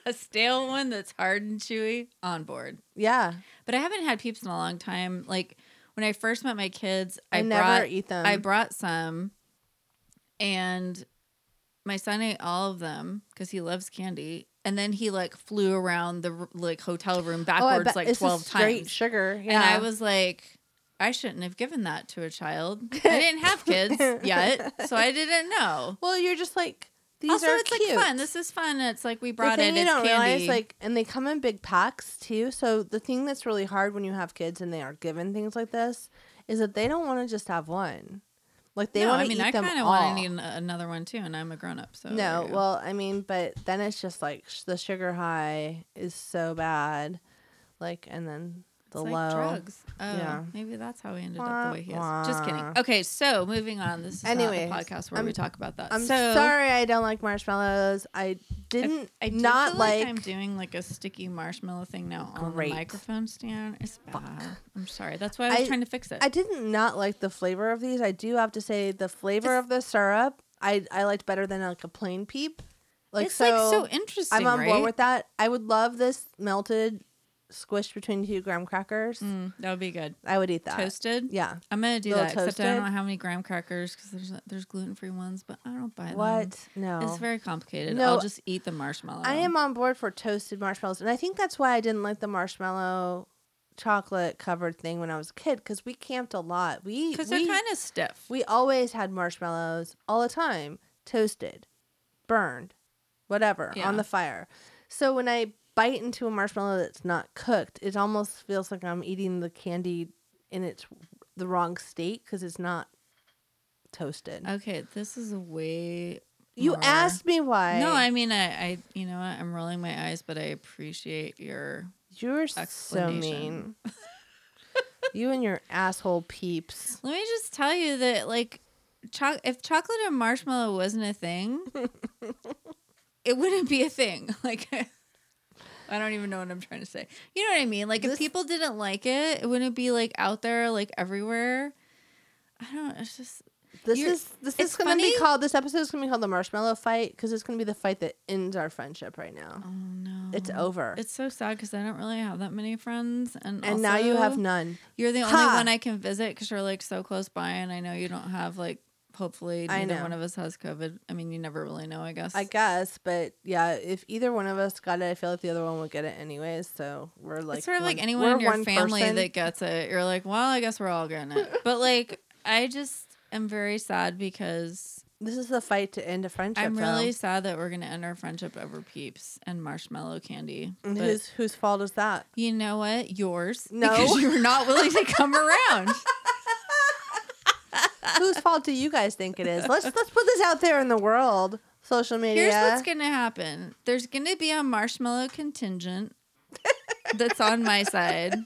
[SPEAKER 2] [laughs] a stale one that's hard and chewy on board.
[SPEAKER 3] Yeah,
[SPEAKER 2] But I haven't had peeps in a long time. Like when I first met my kids, I,
[SPEAKER 3] I, never
[SPEAKER 2] brought
[SPEAKER 3] eat them.
[SPEAKER 2] I brought some, and my son ate all of them because he loves candy. And then he like flew around the r- like hotel room backwards
[SPEAKER 3] Oh, bet
[SPEAKER 2] like
[SPEAKER 3] it's
[SPEAKER 2] twelve
[SPEAKER 3] just straight
[SPEAKER 2] times.
[SPEAKER 3] sugar. Yeah.
[SPEAKER 2] And I was like, I shouldn't have given that to a
[SPEAKER 3] [laughs]
[SPEAKER 2] child. I didn't have kids yet, so I didn't know.
[SPEAKER 3] well, you're just like [laughs] these
[SPEAKER 2] also,
[SPEAKER 3] are
[SPEAKER 2] it's
[SPEAKER 3] cute.
[SPEAKER 2] like fun. This is fun. It's like we
[SPEAKER 3] the
[SPEAKER 2] brought
[SPEAKER 3] thing
[SPEAKER 2] it.
[SPEAKER 3] you
[SPEAKER 2] It's
[SPEAKER 3] don't
[SPEAKER 2] candy.
[SPEAKER 3] realize, like, and they come in big packs too. So the thing that's really hard when you have kids and they are given things like this is that they don't want to just have one. Like they
[SPEAKER 2] no,
[SPEAKER 3] want
[SPEAKER 2] I
[SPEAKER 3] to
[SPEAKER 2] mean,
[SPEAKER 3] eat
[SPEAKER 2] I
[SPEAKER 3] them
[SPEAKER 2] kind of
[SPEAKER 3] all.
[SPEAKER 2] want to need an- another one too, and I'm a grown up. So there
[SPEAKER 3] no,
[SPEAKER 2] you go.
[SPEAKER 3] well, I mean, but then it's just like sh- the sugar high is so bad, like, and then the
[SPEAKER 2] It's
[SPEAKER 3] low.
[SPEAKER 2] like drugs. Oh,
[SPEAKER 3] Yeah.
[SPEAKER 2] maybe that's how he ended up
[SPEAKER 3] Wah,
[SPEAKER 2] the way he is. Just kidding.
[SPEAKER 3] wah.
[SPEAKER 2] Okay, so moving on. This is anyway
[SPEAKER 3] Anyways,
[SPEAKER 2] podcast where
[SPEAKER 3] I'm-
[SPEAKER 2] we talk about that.
[SPEAKER 3] I'm
[SPEAKER 2] so,
[SPEAKER 3] sorry, I don't like marshmallows. I didn't,
[SPEAKER 2] I do
[SPEAKER 3] not
[SPEAKER 2] feel
[SPEAKER 3] like.
[SPEAKER 2] I'm doing like a sticky marshmallow thing now on
[SPEAKER 3] Great.
[SPEAKER 2] the microphone stand. It's bad. I'm sorry. That's why I was
[SPEAKER 3] I-
[SPEAKER 2] trying to fix it.
[SPEAKER 3] I didn't not like the flavor of these. I do have to say the flavor of the syrup I I liked better than like a plain peep. Like
[SPEAKER 2] it's
[SPEAKER 3] so,
[SPEAKER 2] like so interesting.
[SPEAKER 3] I'm on
[SPEAKER 2] right?
[SPEAKER 3] board with that. I would love this melted, squished between two graham crackers.
[SPEAKER 2] Mm, that would be good.
[SPEAKER 3] I would eat that.
[SPEAKER 2] Toasted.
[SPEAKER 3] Yeah.
[SPEAKER 2] I'm gonna do
[SPEAKER 3] Little
[SPEAKER 2] that. Except I don't
[SPEAKER 3] toasted?
[SPEAKER 2] know how many graham crackers because there's there's gluten free ones, but I don't buy them.
[SPEAKER 3] What? No.
[SPEAKER 2] It's very complicated.
[SPEAKER 3] No,
[SPEAKER 2] I'll just eat the marshmallow.
[SPEAKER 3] I am on board for toasted marshmallows, and I think that's why I didn't like the marshmallow chocolate covered thing when I was a kid because we camped a lot. We
[SPEAKER 2] because they're
[SPEAKER 3] we-
[SPEAKER 2] kind of stiff.
[SPEAKER 3] We always had marshmallows all the time, toasted, burned, whatever,
[SPEAKER 2] Yeah.
[SPEAKER 3] on the fire. So when I bite into a marshmallow that's not cooked, it almost feels like I'm eating the candy in its the wrong state because it's not toasted.
[SPEAKER 2] Okay, this is way.
[SPEAKER 3] you
[SPEAKER 2] more-
[SPEAKER 3] asked me why.
[SPEAKER 2] No, I mean, I, I, you know, what? I'm rolling my eyes, but I appreciate your.
[SPEAKER 3] You're so mean. [laughs]
[SPEAKER 2] Explanation.
[SPEAKER 3] you and your asshole peeps.
[SPEAKER 2] Let me just tell you that, like, cho- if chocolate and marshmallow wasn't a
[SPEAKER 3] [laughs]
[SPEAKER 2] thing, it wouldn't be a thing. [laughs] Like, I don't even know what I'm trying to say. You know what I mean? Like, if people didn't like it, it wouldn't be like out there, like everywhere. I don't. It's just
[SPEAKER 3] This
[SPEAKER 2] You're-
[SPEAKER 3] is this is
[SPEAKER 2] it's
[SPEAKER 3] going to be
[SPEAKER 2] funny-
[SPEAKER 3] called. This episode is going to be called the marshmallow fight because it's going to be the fight that ends our friendship right now.
[SPEAKER 2] oh no.
[SPEAKER 3] It's over.
[SPEAKER 2] It's so sad because I don't really have that many friends, and
[SPEAKER 3] and now you
[SPEAKER 2] also-
[SPEAKER 3] have none.
[SPEAKER 2] You're the
[SPEAKER 3] Ha!
[SPEAKER 2] only one I can visit because you're like so close by, and I know you don't have like. Hopefully,
[SPEAKER 3] I
[SPEAKER 2] neither
[SPEAKER 3] know.
[SPEAKER 2] one of us has COVID. I mean, you never really know, I guess.
[SPEAKER 3] I guess, but yeah, if either one of us got it, I feel like the other one would get it anyways. So we're like
[SPEAKER 2] it's sort of like
[SPEAKER 3] one-
[SPEAKER 2] anyone
[SPEAKER 3] we're
[SPEAKER 2] in your
[SPEAKER 3] one
[SPEAKER 2] family
[SPEAKER 3] person.
[SPEAKER 2] that gets it. You're like, well, I guess we're all getting it. but like, I just am very sad because
[SPEAKER 3] this is the fight to end a friendship.
[SPEAKER 2] I'm
[SPEAKER 3] though.
[SPEAKER 2] really sad that we're gonna end our friendship over peeps and marshmallow candy.
[SPEAKER 3] And
[SPEAKER 2] But
[SPEAKER 3] whose whose fault is
[SPEAKER 2] [laughs]
[SPEAKER 3] that?
[SPEAKER 2] you know what? Yours.
[SPEAKER 3] Mm-hmm. No.
[SPEAKER 2] Because you were not willing to come around.
[SPEAKER 3] whose fault do you guys think it is?
[SPEAKER 2] [laughs]
[SPEAKER 3] Let's let's put this out there in the world, social media.
[SPEAKER 2] Here's what's gonna happen. There's gonna be a marshmallow contingent that's on my side,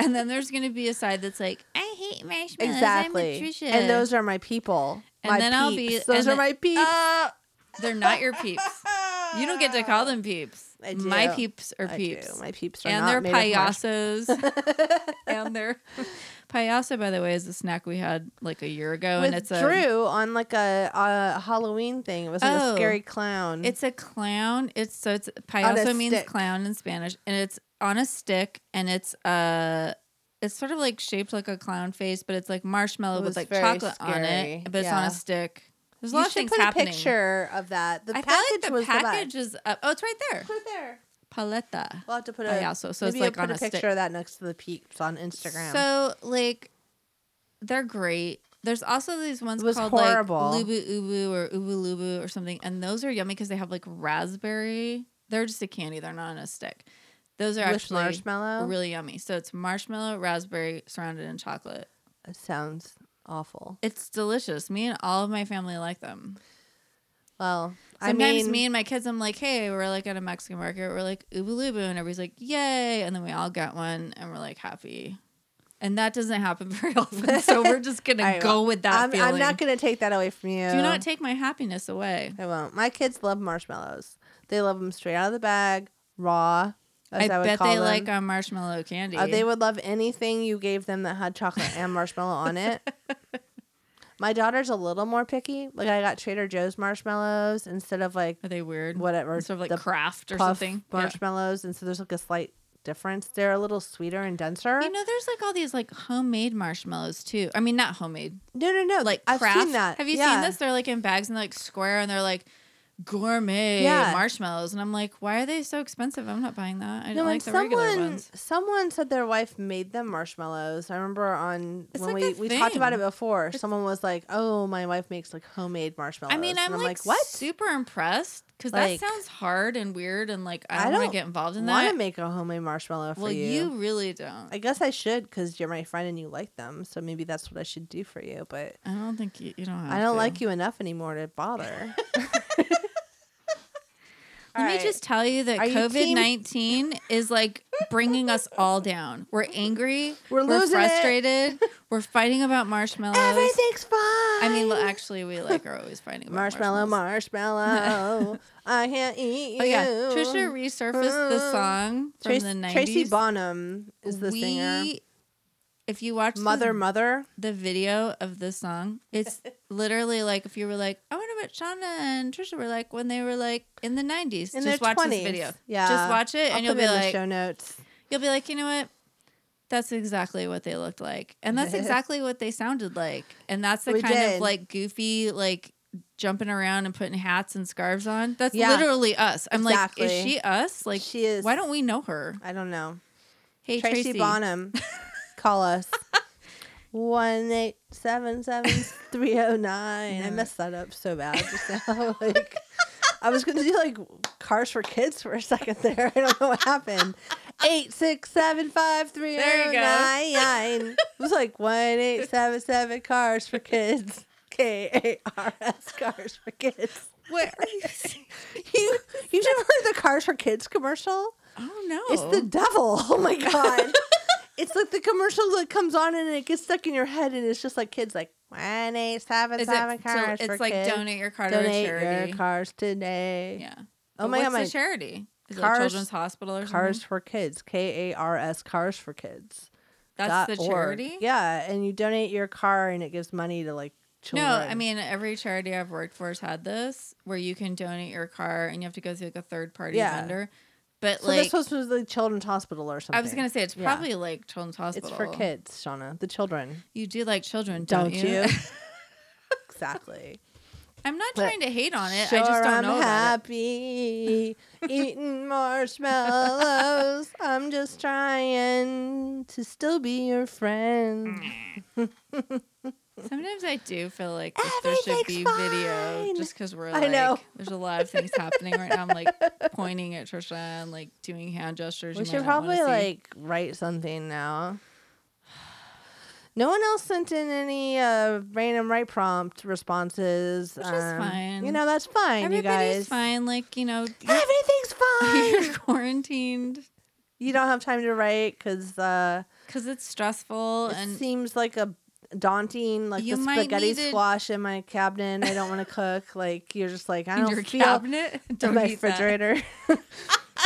[SPEAKER 2] and then there's gonna be a side that's like, I hate marshmallows. I'm
[SPEAKER 3] exactly,
[SPEAKER 2] Patricia.
[SPEAKER 3] and those are my people.
[SPEAKER 2] And
[SPEAKER 3] my
[SPEAKER 2] then
[SPEAKER 3] peeps.
[SPEAKER 2] I'll be-
[SPEAKER 3] those
[SPEAKER 2] and
[SPEAKER 3] are
[SPEAKER 2] the-
[SPEAKER 3] my peeps.
[SPEAKER 2] Uh, they're not your peeps. You don't get to call them peeps.
[SPEAKER 3] I
[SPEAKER 2] My
[SPEAKER 3] do.
[SPEAKER 2] peeps are
[SPEAKER 3] I do.
[SPEAKER 2] peeps.
[SPEAKER 3] My peeps are
[SPEAKER 2] and
[SPEAKER 3] not
[SPEAKER 2] they're
[SPEAKER 3] made of marsh-
[SPEAKER 2] payasos.
[SPEAKER 3] [laughs]
[SPEAKER 2] and they're [laughs] payaso, by the way, is a snack we had like a year ago,
[SPEAKER 3] with
[SPEAKER 2] and it's a
[SPEAKER 3] Drew on like a, a Halloween thing. It was like a
[SPEAKER 2] Oh.
[SPEAKER 3] scary clown.
[SPEAKER 2] It's a clown. It's so it's
[SPEAKER 3] On a
[SPEAKER 2] payaso means
[SPEAKER 3] stick.
[SPEAKER 2] clown in Spanish, and it's on a stick, and it's uh, it's sort of like shaped like a clown face, but it's like marshmallow
[SPEAKER 3] It was
[SPEAKER 2] with like
[SPEAKER 3] very
[SPEAKER 2] chocolate on
[SPEAKER 3] scary.
[SPEAKER 2] it, but it's on
[SPEAKER 3] Yeah.
[SPEAKER 2] a stick. There's a
[SPEAKER 3] you
[SPEAKER 2] lot of
[SPEAKER 3] should
[SPEAKER 2] things
[SPEAKER 3] put
[SPEAKER 2] happening.
[SPEAKER 3] a picture of that. The
[SPEAKER 2] I feel
[SPEAKER 3] package
[SPEAKER 2] like the
[SPEAKER 3] was
[SPEAKER 2] package
[SPEAKER 3] the best.
[SPEAKER 2] is up. Oh, it's right there.
[SPEAKER 3] Put it there.
[SPEAKER 2] Paleta.
[SPEAKER 3] We'll have to put a
[SPEAKER 2] Oh, yeah, so- so it's
[SPEAKER 3] maybe
[SPEAKER 2] like
[SPEAKER 3] put
[SPEAKER 2] on
[SPEAKER 3] a,
[SPEAKER 2] a stick.
[SPEAKER 3] picture of that next to the peeps on Instagram.
[SPEAKER 2] So like, they're great. There's also these ones
[SPEAKER 3] It was
[SPEAKER 2] called
[SPEAKER 3] horrible.
[SPEAKER 2] like lubu ubu or ubu lubu or something, and those are yummy because they have like raspberry. They're just a candy. They're not on a stick. Those are
[SPEAKER 3] with
[SPEAKER 2] actually
[SPEAKER 3] marshmallow,
[SPEAKER 2] really yummy. So it's marshmallow, raspberry surrounded in chocolate.
[SPEAKER 3] it sounds awful.
[SPEAKER 2] It's delicious. Me and all of my family like them.
[SPEAKER 3] Well,
[SPEAKER 2] Sometimes
[SPEAKER 3] I mean,
[SPEAKER 2] me and my kids, I'm like, hey, we're like at a Mexican market. We're like, ubu lubu. And everybody's like, yay. And then we all got one and we're like happy. And that doesn't happen [laughs] very often. So we're
[SPEAKER 3] [laughs]
[SPEAKER 2] just going
[SPEAKER 3] I
[SPEAKER 2] to go
[SPEAKER 3] will.
[SPEAKER 2] with that
[SPEAKER 3] I'm,
[SPEAKER 2] feeling.
[SPEAKER 3] I'm not going to take that away from you.
[SPEAKER 2] Do not take my happiness away.
[SPEAKER 3] I won't. My kids love marshmallows. They love them straight out of the bag, raw. As
[SPEAKER 2] I
[SPEAKER 3] I, would
[SPEAKER 2] bet
[SPEAKER 3] call
[SPEAKER 2] they
[SPEAKER 3] them.
[SPEAKER 2] like our marshmallow candy.
[SPEAKER 3] Uh, they would love anything you gave them that had chocolate and marshmallow
[SPEAKER 2] [laughs]
[SPEAKER 3] on it. My daughter's a little more picky. Like I got Trader Joe's marshmallows instead of like
[SPEAKER 2] Are they weird?
[SPEAKER 3] whatever
[SPEAKER 2] Sort of like
[SPEAKER 3] the
[SPEAKER 2] craft or
[SPEAKER 3] puff
[SPEAKER 2] something. Yeah.
[SPEAKER 3] marshmallows, and so there's like a slight difference. They're a little sweeter and denser.
[SPEAKER 2] You know, there's like all these like homemade marshmallows too. I mean, not homemade,
[SPEAKER 3] no, no, no.
[SPEAKER 2] like
[SPEAKER 3] I've
[SPEAKER 2] craft.
[SPEAKER 3] seen that.
[SPEAKER 2] Have you
[SPEAKER 3] Yeah.
[SPEAKER 2] seen this? They're like in bags and they're like square and they're like gourmet
[SPEAKER 3] Yeah.
[SPEAKER 2] marshmallows. And I'm like, why are they so expensive? I'm not buying that. I don't
[SPEAKER 3] No,
[SPEAKER 2] like
[SPEAKER 3] and
[SPEAKER 2] the regular
[SPEAKER 3] someone
[SPEAKER 2] ones.
[SPEAKER 3] someone said their wife made them marshmallows. I remember on
[SPEAKER 2] It's
[SPEAKER 3] when
[SPEAKER 2] like
[SPEAKER 3] we,
[SPEAKER 2] a
[SPEAKER 3] we talked about it
[SPEAKER 2] thing.
[SPEAKER 3] before. someone was like, "Oh, my wife makes like homemade marshmallows."
[SPEAKER 2] I mean,
[SPEAKER 3] And
[SPEAKER 2] I'm, like,
[SPEAKER 3] "What?
[SPEAKER 2] super impressed because
[SPEAKER 3] Like-
[SPEAKER 2] that sounds hard and weird. And like, I
[SPEAKER 3] I
[SPEAKER 2] don't, want
[SPEAKER 3] don't
[SPEAKER 2] to get involved in
[SPEAKER 3] Want
[SPEAKER 2] that.
[SPEAKER 3] to make a homemade marshmallow for
[SPEAKER 2] well,
[SPEAKER 3] you?
[SPEAKER 2] you really don't.
[SPEAKER 3] I guess I should because you're my friend and you like them. So maybe that's what I should do for you. But
[SPEAKER 2] I don't think you, you don't have
[SPEAKER 3] I don't
[SPEAKER 2] to.
[SPEAKER 3] like you enough anymore to
[SPEAKER 2] [laughs]
[SPEAKER 3] bother.
[SPEAKER 2] Let me
[SPEAKER 3] Alright.
[SPEAKER 2] just tell you that
[SPEAKER 3] Are you
[SPEAKER 2] COVID
[SPEAKER 3] team-
[SPEAKER 2] nineteen is like bringing us all down. We're angry.
[SPEAKER 3] We're losing it.
[SPEAKER 2] frustrated. We're fighting about marshmallows.
[SPEAKER 3] Everything's fine.
[SPEAKER 2] I mean, well, actually, we like are always fighting about
[SPEAKER 3] marshmallow,
[SPEAKER 2] marshmallows. [laughs]
[SPEAKER 3] marshmallow. I can't eat
[SPEAKER 2] Oh yeah,
[SPEAKER 3] you.
[SPEAKER 2] Trisha resurfaced the song from
[SPEAKER 3] Trace-
[SPEAKER 2] the nineties.
[SPEAKER 3] Tracy Bonham is the singer.
[SPEAKER 2] If you watch
[SPEAKER 3] Mother,
[SPEAKER 2] the,
[SPEAKER 3] mother.
[SPEAKER 2] the video of this song,
[SPEAKER 3] [laughs]
[SPEAKER 2] it's literally like if you were like, I wonder what Shauna and Trisha were like when they were like in the nineties.
[SPEAKER 3] In
[SPEAKER 2] Just
[SPEAKER 3] their
[SPEAKER 2] watch
[SPEAKER 3] 20s.
[SPEAKER 2] this video.
[SPEAKER 3] Yeah.
[SPEAKER 2] just watch it, and
[SPEAKER 3] I'll put
[SPEAKER 2] you'll be
[SPEAKER 3] in the
[SPEAKER 2] like,
[SPEAKER 3] show notes.
[SPEAKER 2] you'll be like, you know what? That's exactly what they looked like. And that's exactly what they sounded like. And that's the
[SPEAKER 3] We
[SPEAKER 2] kind
[SPEAKER 3] did.
[SPEAKER 2] of like goofy, like jumping around and putting hats and scarves on. That's
[SPEAKER 3] Yeah.
[SPEAKER 2] literally us. I'm like,
[SPEAKER 3] Exactly.
[SPEAKER 2] is she us? Like,
[SPEAKER 3] She is-
[SPEAKER 2] Why don't we know her?
[SPEAKER 3] I don't know.
[SPEAKER 2] Hey,
[SPEAKER 3] Tracy,
[SPEAKER 2] Tracy. [laughs]
[SPEAKER 3] Bonham, call us. One eight seven seven three zero nine. I messed that up so bad just now. [laughs] like I was gonna do like cars for kids for a second there. [laughs] I don't know what happened. Eight six seven five three
[SPEAKER 2] There
[SPEAKER 3] zero
[SPEAKER 2] you go.
[SPEAKER 3] nine. It was like one eight seven seven cars for kids. K A R S cars for kids.
[SPEAKER 2] What are you saying?
[SPEAKER 3] [laughs] You you've never heard of the cars for kids commercial?
[SPEAKER 2] Oh, no.
[SPEAKER 3] It's the devil. [laughs]
[SPEAKER 2] [laughs]
[SPEAKER 3] Oh my god. it's like the commercial that comes on and it gets stuck in your head and it's just like kids like one eight seven
[SPEAKER 2] Is
[SPEAKER 3] seven
[SPEAKER 2] it, so
[SPEAKER 3] cars. for
[SPEAKER 2] it's like
[SPEAKER 3] kids.
[SPEAKER 2] donate your car
[SPEAKER 3] Donate
[SPEAKER 2] to a charity.
[SPEAKER 3] your cars today.
[SPEAKER 2] Yeah.
[SPEAKER 3] Oh
[SPEAKER 2] But
[SPEAKER 3] my god,
[SPEAKER 2] what's
[SPEAKER 3] my
[SPEAKER 2] the charity? Is
[SPEAKER 3] Cars-
[SPEAKER 2] it Children's Hospital or
[SPEAKER 3] cars
[SPEAKER 2] something?
[SPEAKER 3] for kids. K A R S cars for kids.
[SPEAKER 2] That's
[SPEAKER 3] dot
[SPEAKER 2] the
[SPEAKER 3] org.
[SPEAKER 2] charity?
[SPEAKER 3] Yeah, and you donate your car and it gives money to like children.
[SPEAKER 2] No, I mean every charity I've worked for has had this where you can donate your car and you have to go through like a third party
[SPEAKER 3] Yeah.
[SPEAKER 2] vendor. But
[SPEAKER 3] so
[SPEAKER 2] like
[SPEAKER 3] this was was the children's hospital or something.
[SPEAKER 2] I was gonna say it's
[SPEAKER 3] Yeah.
[SPEAKER 2] probably like children's
[SPEAKER 3] it's
[SPEAKER 2] hospital.
[SPEAKER 3] for kids, Shauna. The children.
[SPEAKER 2] You do like children,
[SPEAKER 3] Don't
[SPEAKER 2] don't,
[SPEAKER 3] you?
[SPEAKER 2] you? [laughs]
[SPEAKER 3] exactly.
[SPEAKER 2] I'm not
[SPEAKER 3] But
[SPEAKER 2] trying to hate on it.
[SPEAKER 3] Sure,
[SPEAKER 2] I just don't
[SPEAKER 3] am
[SPEAKER 2] know. About it.
[SPEAKER 3] happy
[SPEAKER 2] [laughs]
[SPEAKER 3] eating marshmallows. I'm just trying to still be your friend.
[SPEAKER 2] Mm. Sometimes I do feel like that there should be
[SPEAKER 3] Everything's
[SPEAKER 2] video
[SPEAKER 3] fine.
[SPEAKER 2] just because we're
[SPEAKER 3] I
[SPEAKER 2] like
[SPEAKER 3] know.
[SPEAKER 2] there's a lot of things happening right now. I'm like pointing at Trisha and like doing hand gestures.
[SPEAKER 3] We
[SPEAKER 2] you
[SPEAKER 3] should
[SPEAKER 2] might not wanna
[SPEAKER 3] probably
[SPEAKER 2] see.
[SPEAKER 3] like write something now. No one else sent in any uh, random right prompt responses. um,
[SPEAKER 2] Which is fine.
[SPEAKER 3] You know that's fine, you
[SPEAKER 2] everybody's
[SPEAKER 3] guys.
[SPEAKER 2] fine. Like you
[SPEAKER 3] [laughs]
[SPEAKER 2] know, [laughs]
[SPEAKER 3] Everything's fine.
[SPEAKER 2] you're quarantined.
[SPEAKER 3] you don't have time to write because uh,
[SPEAKER 2] Because it's stressful
[SPEAKER 3] it
[SPEAKER 2] and
[SPEAKER 3] seems like a daunting like
[SPEAKER 2] You
[SPEAKER 3] the
[SPEAKER 2] might
[SPEAKER 3] spaghetti
[SPEAKER 2] need to-
[SPEAKER 3] squash in my cabinet i don't want to cook [laughs] like you're just like i
[SPEAKER 2] in
[SPEAKER 3] don't
[SPEAKER 2] your
[SPEAKER 3] feel [laughs]
[SPEAKER 2] cabinet. [laughs]
[SPEAKER 3] in
[SPEAKER 2] Don't
[SPEAKER 3] my
[SPEAKER 2] eat that.
[SPEAKER 3] refrigerator [laughs] But,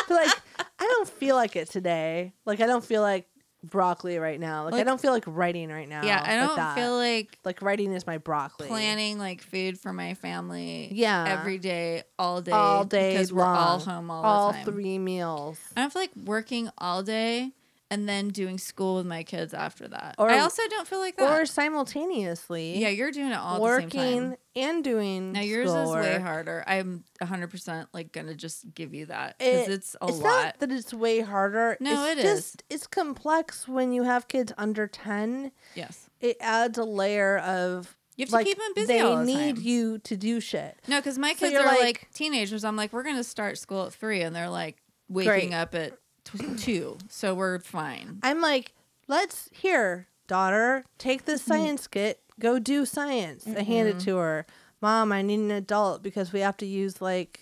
[SPEAKER 3] like i don't feel like it today like i don't feel like broccoli right now like, i
[SPEAKER 2] Like-
[SPEAKER 3] don't feel like writing right now
[SPEAKER 2] Yeah, I
[SPEAKER 3] like
[SPEAKER 2] don't
[SPEAKER 3] that.
[SPEAKER 2] feel like
[SPEAKER 3] like writing is my broccoli
[SPEAKER 2] planning like food for my family.
[SPEAKER 3] Yeah.
[SPEAKER 2] every day, all day,
[SPEAKER 3] all day
[SPEAKER 2] because
[SPEAKER 3] long.
[SPEAKER 2] we're all home all, the time.
[SPEAKER 3] three meals
[SPEAKER 2] I don't feel like working all day and then doing school with my kids after that.
[SPEAKER 3] Or-
[SPEAKER 2] I also don't feel like that.
[SPEAKER 3] or simultaneously
[SPEAKER 2] yeah, you're doing it all at the same
[SPEAKER 3] working
[SPEAKER 2] time.
[SPEAKER 3] and doing
[SPEAKER 2] Now yours
[SPEAKER 3] schoolwork.
[SPEAKER 2] is way harder. I'm 100 percent like gonna just give you that
[SPEAKER 3] It-
[SPEAKER 2] because it's a
[SPEAKER 3] it's
[SPEAKER 2] lot.
[SPEAKER 3] not that it's way harder.
[SPEAKER 2] No,
[SPEAKER 3] it's
[SPEAKER 2] it is.
[SPEAKER 3] just, It's complex when you have kids under ten.
[SPEAKER 2] yes,
[SPEAKER 3] It adds a layer of
[SPEAKER 2] you have to
[SPEAKER 3] like
[SPEAKER 2] keep them busy.
[SPEAKER 3] they
[SPEAKER 2] all the
[SPEAKER 3] need
[SPEAKER 2] time.
[SPEAKER 3] you to do shit.
[SPEAKER 2] No, because my kids
[SPEAKER 3] you're
[SPEAKER 2] are
[SPEAKER 3] like-
[SPEAKER 2] like, teenagers. I'm like, we're gonna start school at three, and they're like waking
[SPEAKER 3] Great.
[SPEAKER 2] up at tw two, so we're fine.
[SPEAKER 3] I'm like, let's here, daughter, take this
[SPEAKER 2] Mm-hmm.
[SPEAKER 3] science kit, go do science. I hand it to her. Mom, I need an adult because we have to use like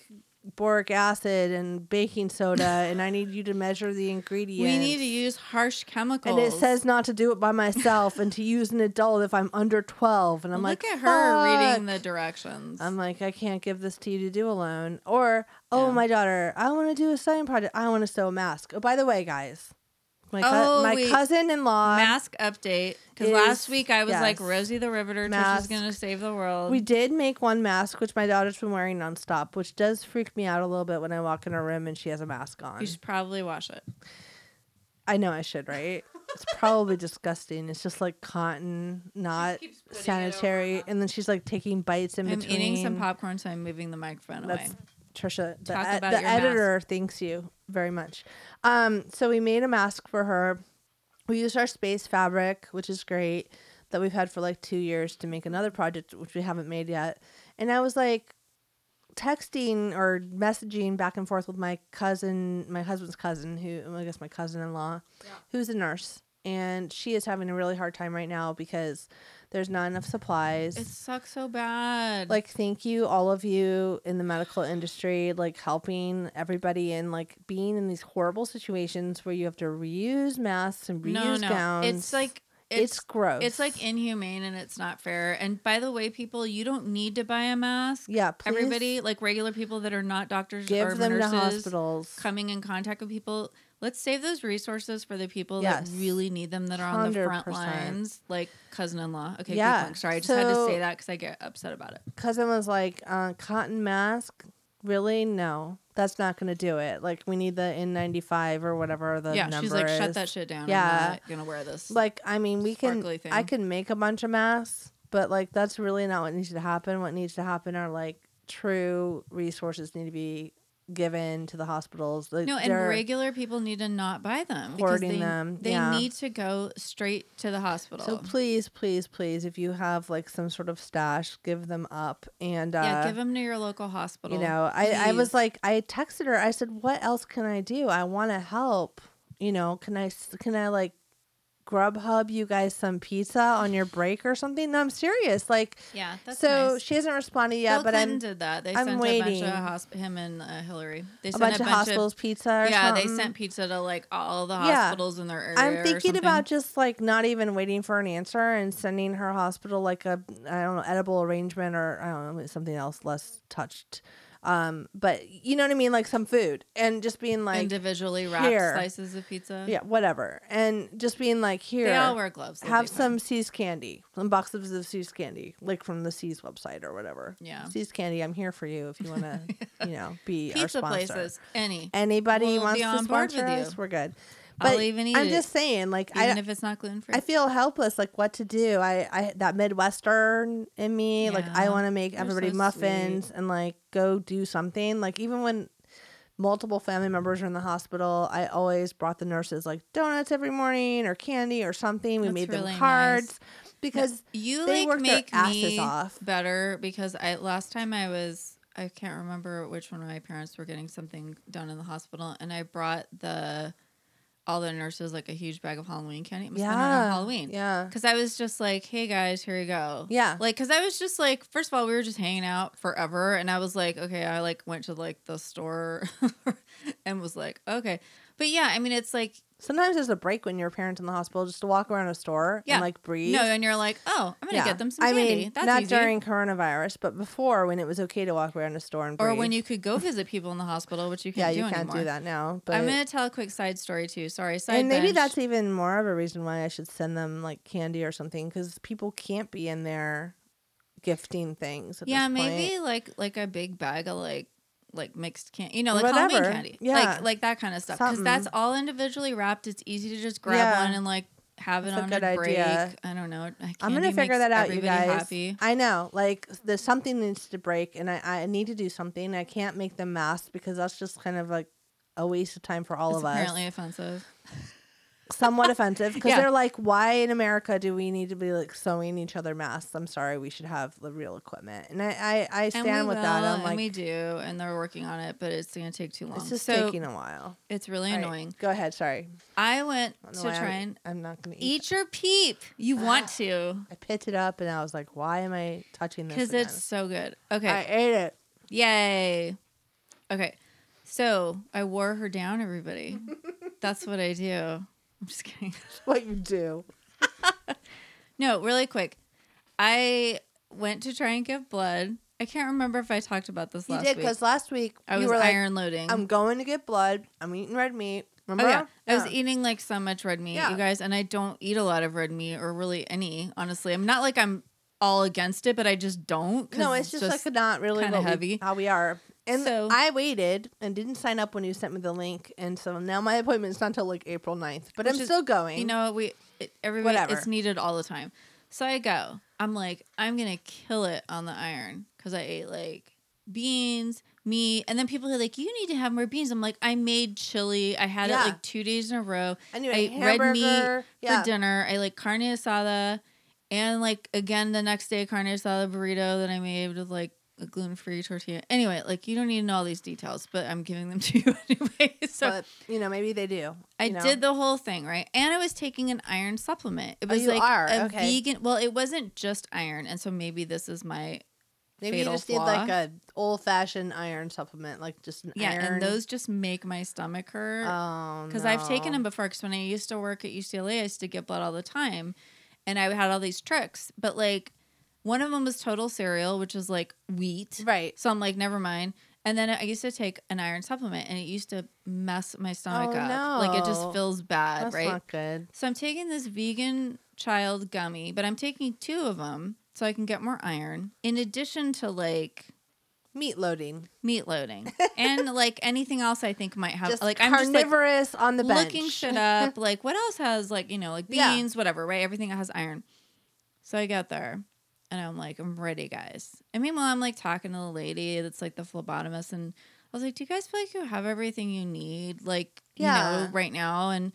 [SPEAKER 3] boric acid and baking soda, and I need you to measure the ingredients.
[SPEAKER 2] We need to use harsh chemicals.
[SPEAKER 3] And it says not to do it by
[SPEAKER 2] [laughs]
[SPEAKER 3] myself and to use an adult if I'm under 12. And I'm
[SPEAKER 2] Look
[SPEAKER 3] like,
[SPEAKER 2] at her reading
[SPEAKER 3] "Fuck."
[SPEAKER 2] the directions.
[SPEAKER 3] I'm like, I can't give this to you to do alone. Or, oh,
[SPEAKER 2] Yeah.
[SPEAKER 3] my daughter, I want to do a sewing project. I want to sew a mask. Oh, by the way, guys, my, cou-
[SPEAKER 2] Oh,
[SPEAKER 3] my
[SPEAKER 2] wait.
[SPEAKER 3] cousin in law,
[SPEAKER 2] mask update because
[SPEAKER 3] is-
[SPEAKER 2] last week I was like
[SPEAKER 3] yes.
[SPEAKER 2] Rosie the Riveter, Trish is
[SPEAKER 3] Mask.
[SPEAKER 2] gonna save the world.
[SPEAKER 3] we did make one mask, which my daughter's been wearing nonstop, which does freak me out a little bit when I walk in her room and she has a mask on.
[SPEAKER 2] you should probably wash it.
[SPEAKER 3] I know I should, right? It's probably disgusting. It's just like cotton, not
[SPEAKER 6] keeps putting it over
[SPEAKER 3] sanitary.
[SPEAKER 6] her.
[SPEAKER 3] And then she's like taking bites in
[SPEAKER 2] I'm
[SPEAKER 3] between.
[SPEAKER 2] eating some popcorn, so I'm moving the microphone
[SPEAKER 3] That's
[SPEAKER 2] away.
[SPEAKER 3] Trisha. The,
[SPEAKER 2] Talk
[SPEAKER 3] e-
[SPEAKER 2] about
[SPEAKER 3] the
[SPEAKER 2] your mask.
[SPEAKER 3] editor thanks you very much. Um, so we made a mask for her. We used our space fabric, which is great, that we've had for like two years to make another project, which we haven't made yet. And I was like texting or messaging back and forth with my cousin, my husband's cousin, who I guess my cousin in law, who's a nurse. And she is having a really hard time right now because there's not enough supplies
[SPEAKER 2] It sucks so bad.
[SPEAKER 3] like thank you all of you in the medical industry like helping everybody and like being in these horrible situations where you have to reuse masks and reuse
[SPEAKER 2] no, no,
[SPEAKER 3] gowns
[SPEAKER 2] it's like
[SPEAKER 3] it's,
[SPEAKER 2] it's
[SPEAKER 3] gross
[SPEAKER 2] It's like inhumane and it's not fair. And by the way, people, you don't need to buy a mask.
[SPEAKER 3] yeah please
[SPEAKER 2] Everybody, like regular people that are not doctors or
[SPEAKER 3] give them
[SPEAKER 2] nurses,
[SPEAKER 3] to hospitals
[SPEAKER 2] coming in contact with people. Let's save those resources for the people
[SPEAKER 3] Yes.
[SPEAKER 2] that really need them that are on the front
[SPEAKER 3] 100%.
[SPEAKER 2] lines, like cousin-in-law. Okay, keep
[SPEAKER 3] Yeah.
[SPEAKER 2] going. sorry, I just had to
[SPEAKER 3] So-
[SPEAKER 2] say that because I get upset about it.
[SPEAKER 3] cousin was like uh, cotton mask really no that's not gonna do it like we need the n95 or whatever the
[SPEAKER 2] yeah,
[SPEAKER 3] number
[SPEAKER 2] she's like, shut
[SPEAKER 3] is.
[SPEAKER 2] that shit down. I'm
[SPEAKER 3] Yeah.
[SPEAKER 2] not gonna wear this.
[SPEAKER 3] like i mean we can
[SPEAKER 2] sparkly thing.
[SPEAKER 3] i can make a bunch of masks but like that's really not what needs to happen what needs to happen are like true resources need to be given to the hospitals Like,
[SPEAKER 2] no, and
[SPEAKER 3] they're-
[SPEAKER 2] regular people need to not buy them because
[SPEAKER 3] Hoarding
[SPEAKER 2] they,
[SPEAKER 3] them,
[SPEAKER 2] they
[SPEAKER 3] yeah.
[SPEAKER 2] need to go straight to the hospital.
[SPEAKER 3] so please please please if you have like some sort of stash give them up and uh
[SPEAKER 2] yeah, give them to your local hospital.
[SPEAKER 3] you know I, I was
[SPEAKER 2] please.
[SPEAKER 3] like i texted her i said what else can i do i want to help you know can i s- can i like grubhub you guys some pizza on your break or something no i'm serious like
[SPEAKER 2] yeah, that's
[SPEAKER 3] so
[SPEAKER 2] nice.
[SPEAKER 3] she hasn't responded yet
[SPEAKER 2] Bill
[SPEAKER 3] but
[SPEAKER 2] Clinton
[SPEAKER 3] i'm
[SPEAKER 2] did that. They
[SPEAKER 3] I'm
[SPEAKER 2] sent a
[SPEAKER 3] waiting.
[SPEAKER 2] bunch of hosp- him and uh, Hillary. They
[SPEAKER 3] a
[SPEAKER 2] sent
[SPEAKER 3] bunch of hospitals pizza or
[SPEAKER 2] yeah,
[SPEAKER 3] something.
[SPEAKER 2] they sent pizza to like all the
[SPEAKER 3] Yeah.
[SPEAKER 2] hospitals in their area. or
[SPEAKER 3] I'm thinking
[SPEAKER 2] something.
[SPEAKER 3] about just like not even waiting for an answer and sending her hospital like a I don't know edible arrangement or I don't know something else less touched, um but you know what I mean like some food and just being like
[SPEAKER 2] individually wrapped
[SPEAKER 3] here.
[SPEAKER 2] slices of pizza.
[SPEAKER 3] yeah whatever and just being like here
[SPEAKER 2] they all wear gloves. they'll
[SPEAKER 3] have
[SPEAKER 2] be fine.
[SPEAKER 3] some C's candy some boxes of C's candy like from the C's website or whatever
[SPEAKER 2] Yeah.
[SPEAKER 3] C's candy I'm here for you if you
[SPEAKER 2] [laughs]
[SPEAKER 3] want to you know be our
[SPEAKER 2] pizza
[SPEAKER 3] sponsor.
[SPEAKER 2] places. Any,
[SPEAKER 3] anybody
[SPEAKER 2] We'll
[SPEAKER 3] wants
[SPEAKER 2] be
[SPEAKER 3] to
[SPEAKER 2] on board
[SPEAKER 3] sponsor
[SPEAKER 2] with you.
[SPEAKER 3] us, we're good.
[SPEAKER 2] I'll
[SPEAKER 3] But
[SPEAKER 2] even eat
[SPEAKER 3] I'm
[SPEAKER 2] it,
[SPEAKER 3] just saying, like
[SPEAKER 2] even
[SPEAKER 3] I,
[SPEAKER 2] if it's not gluten free.
[SPEAKER 3] I feel helpless, like what to do. I, I that Midwestern in me, like I
[SPEAKER 2] Yeah,
[SPEAKER 3] want to make
[SPEAKER 2] they're
[SPEAKER 3] everybody
[SPEAKER 2] so
[SPEAKER 3] muffins and like go do something. Like even when multiple family members are in the hospital, I always brought the nurses like donuts every morning or candy or something. We
[SPEAKER 2] That's
[SPEAKER 3] made
[SPEAKER 2] really
[SPEAKER 3] them cards because
[SPEAKER 2] you
[SPEAKER 3] they
[SPEAKER 2] like
[SPEAKER 3] work their
[SPEAKER 2] make
[SPEAKER 3] asses
[SPEAKER 2] me
[SPEAKER 3] off.
[SPEAKER 2] better because I last time I was I can't remember which one of my parents were getting something done in the hospital and I brought the all the nurses like a huge bag of Halloween candy. It must have been on
[SPEAKER 3] yeah,
[SPEAKER 2] Halloween.
[SPEAKER 3] yeah,
[SPEAKER 2] Because I was just like, hey guys, here you go.
[SPEAKER 3] Yeah.
[SPEAKER 2] Like, because I was just like, first of all, we were just hanging out forever. And I was like, okay, I like went to like the store [laughs] and was like, okay. But yeah, I mean, it's like,
[SPEAKER 3] sometimes there's a break when your parents in the hospital just to walk around a store
[SPEAKER 2] Yeah.
[SPEAKER 3] and like breathe.
[SPEAKER 2] no, and you're like, oh, I'm going to
[SPEAKER 3] Yeah.
[SPEAKER 2] get them some candy. That's
[SPEAKER 3] not
[SPEAKER 2] easy.
[SPEAKER 3] during coronavirus, but before when it was okay to walk around a store and
[SPEAKER 2] or
[SPEAKER 3] breathe.
[SPEAKER 2] when you could
[SPEAKER 3] [laughs]
[SPEAKER 2] go visit people in the hospital, which you
[SPEAKER 3] yeah,
[SPEAKER 2] can't
[SPEAKER 3] you
[SPEAKER 2] do
[SPEAKER 3] can't
[SPEAKER 2] anymore.
[SPEAKER 3] do that now. But
[SPEAKER 2] I'm going to tell a quick side story too. Sorry. Side
[SPEAKER 3] and maybe
[SPEAKER 2] bench.
[SPEAKER 3] that's even more of a reason why I should send them like candy or something because people can't be in there gifting things. At
[SPEAKER 2] yeah,
[SPEAKER 3] this
[SPEAKER 2] maybe
[SPEAKER 3] point.
[SPEAKER 2] like like a big bag of like like mixed candy, you know, like Halloween
[SPEAKER 3] Whatever.
[SPEAKER 2] candy,
[SPEAKER 3] Yeah.
[SPEAKER 2] like like that kind of stuff. Because that's
[SPEAKER 3] Something.
[SPEAKER 2] all individually wrapped. It's easy to just grab
[SPEAKER 3] Yeah.
[SPEAKER 2] one and like have it
[SPEAKER 3] That's a
[SPEAKER 2] on
[SPEAKER 3] good
[SPEAKER 2] a break.
[SPEAKER 3] idea.
[SPEAKER 2] I don't know. A
[SPEAKER 3] I'm gonna
[SPEAKER 2] candy
[SPEAKER 3] figure
[SPEAKER 2] makes
[SPEAKER 3] that out, you
[SPEAKER 2] everybody
[SPEAKER 3] guys.
[SPEAKER 2] Happy.
[SPEAKER 3] I know, like there's something needs to break, and I I need to do something. I can't make them masks because that's just kind of like a waste of time for all
[SPEAKER 2] It's
[SPEAKER 3] of us.
[SPEAKER 2] apparently offensive.
[SPEAKER 3] somewhat offensive
[SPEAKER 2] [laughs]
[SPEAKER 3] because
[SPEAKER 2] Yeah.
[SPEAKER 3] they're like, why in America do we need to be like sewing each other masks? I'm sorry, we should have the real equipment. And I, I, I
[SPEAKER 2] And
[SPEAKER 3] stand
[SPEAKER 2] we
[SPEAKER 3] with
[SPEAKER 2] will,
[SPEAKER 3] that. I'm
[SPEAKER 2] and we
[SPEAKER 3] like,
[SPEAKER 2] do, and they're working on it, but it's gonna take too long.
[SPEAKER 3] it's just
[SPEAKER 2] so
[SPEAKER 3] taking a while.
[SPEAKER 2] it's really
[SPEAKER 3] All right,
[SPEAKER 2] annoying.
[SPEAKER 3] Go ahead. Sorry.
[SPEAKER 2] I went
[SPEAKER 3] I don't know
[SPEAKER 2] to
[SPEAKER 3] why
[SPEAKER 2] try
[SPEAKER 3] I'm,
[SPEAKER 2] and
[SPEAKER 3] I'm not going to eat. Ah.
[SPEAKER 2] eat your peep. You want to
[SPEAKER 3] I picked it up and I was like, why am I touching this?
[SPEAKER 2] because
[SPEAKER 3] again?
[SPEAKER 2] it's so good. Okay,
[SPEAKER 3] I ate it.
[SPEAKER 2] yay! Okay. So I wore her down,
[SPEAKER 3] [laughs]
[SPEAKER 2] everybody. That's what I do. I'm just kidding.
[SPEAKER 3] [laughs] What you do?
[SPEAKER 2] No, really quick. I went to try and give blood. I can't remember if I talked about this
[SPEAKER 3] You
[SPEAKER 2] last
[SPEAKER 3] did
[SPEAKER 2] week.
[SPEAKER 3] because last week
[SPEAKER 2] I
[SPEAKER 3] you
[SPEAKER 2] was
[SPEAKER 3] were
[SPEAKER 2] iron loading.
[SPEAKER 3] like, um, "I'm going to get blood. I'm eating red meat." Remember?
[SPEAKER 2] Oh yeah, I was eating like so much red meat,
[SPEAKER 3] Yeah.
[SPEAKER 2] you guys, and I don't eat a lot of red meat or really any. Honestly, I'm not like I'm all against it, but I just don't. 'cause
[SPEAKER 3] No, it's just, like not really
[SPEAKER 2] kinda
[SPEAKER 3] what we-
[SPEAKER 2] heavy.
[SPEAKER 3] how we are. And
[SPEAKER 2] So-
[SPEAKER 3] I waited and didn't sign up when you sent me the link, and so now my appointment's not until like April 9th, but I'm
[SPEAKER 2] Which is-
[SPEAKER 3] still going.
[SPEAKER 2] you know we it, everybody
[SPEAKER 3] Whatever.
[SPEAKER 2] it's needed all the time. So I go. I'm like I'm gonna kill it on the iron because I ate like beans, meat, and then people are like, you need to have more beans. I'm like, I made chili. I had
[SPEAKER 3] Yeah.
[SPEAKER 2] it like two days in a row.
[SPEAKER 3] I knew
[SPEAKER 2] I
[SPEAKER 3] a
[SPEAKER 2] ate red meat
[SPEAKER 3] hamburger. Yeah.
[SPEAKER 2] for dinner. I like carne asada, and like again the next day carne asada burrito that I made with like a gluten free tortilla. Anyway, like you don't need to know all these details, but I'm giving them to you [laughs] anyway. So
[SPEAKER 3] but you know, maybe they do.
[SPEAKER 2] I
[SPEAKER 3] you know?
[SPEAKER 2] did the whole thing right, and I was taking an iron supplement. It
[SPEAKER 3] Oh,
[SPEAKER 2] was
[SPEAKER 3] you
[SPEAKER 2] like
[SPEAKER 3] are,
[SPEAKER 2] a
[SPEAKER 3] okay.
[SPEAKER 2] vegan. Well, it wasn't just iron, and so maybe this is my
[SPEAKER 3] Maybe you
[SPEAKER 2] fatal
[SPEAKER 3] just need like
[SPEAKER 2] flaw.
[SPEAKER 3] a old fashioned iron supplement, like just an
[SPEAKER 2] yeah.
[SPEAKER 3] iron. Oh, um,
[SPEAKER 2] And those just make my stomach hurt.
[SPEAKER 3] because
[SPEAKER 2] because I've taken them before. Because when I used to work at UCLA, I used to get blood all the time, and I had all these tricks. But like, one of them was total cereal, which is like wheat.
[SPEAKER 3] Right.
[SPEAKER 2] So I'm like, never mind. And then I used to take an iron supplement, and it used to mess my stomach
[SPEAKER 3] Oh,
[SPEAKER 2] up. Like it
[SPEAKER 3] no.
[SPEAKER 2] just feels bad,
[SPEAKER 3] That's
[SPEAKER 2] right?
[SPEAKER 3] not good.
[SPEAKER 2] So I'm taking this vegan child gummy, but I'm taking two of them so I can get more iron. In addition to like
[SPEAKER 3] Meat loading,
[SPEAKER 2] meat loading and like anything else I think might have
[SPEAKER 3] just
[SPEAKER 2] like I'm just like
[SPEAKER 3] carnivorous on the bench.
[SPEAKER 2] looking shit
[SPEAKER 3] [laughs]
[SPEAKER 2] up. like, what else has like you know like
[SPEAKER 3] Yeah.
[SPEAKER 2] beans, whatever, right? Everything that has iron. So I get there, and I'm like, I'm ready, guys. And meanwhile, I'm like talking to the lady that's like the phlebotomist, and I was like, Do you guys feel like you have everything you need, like you
[SPEAKER 3] Yeah.
[SPEAKER 2] know, right now? And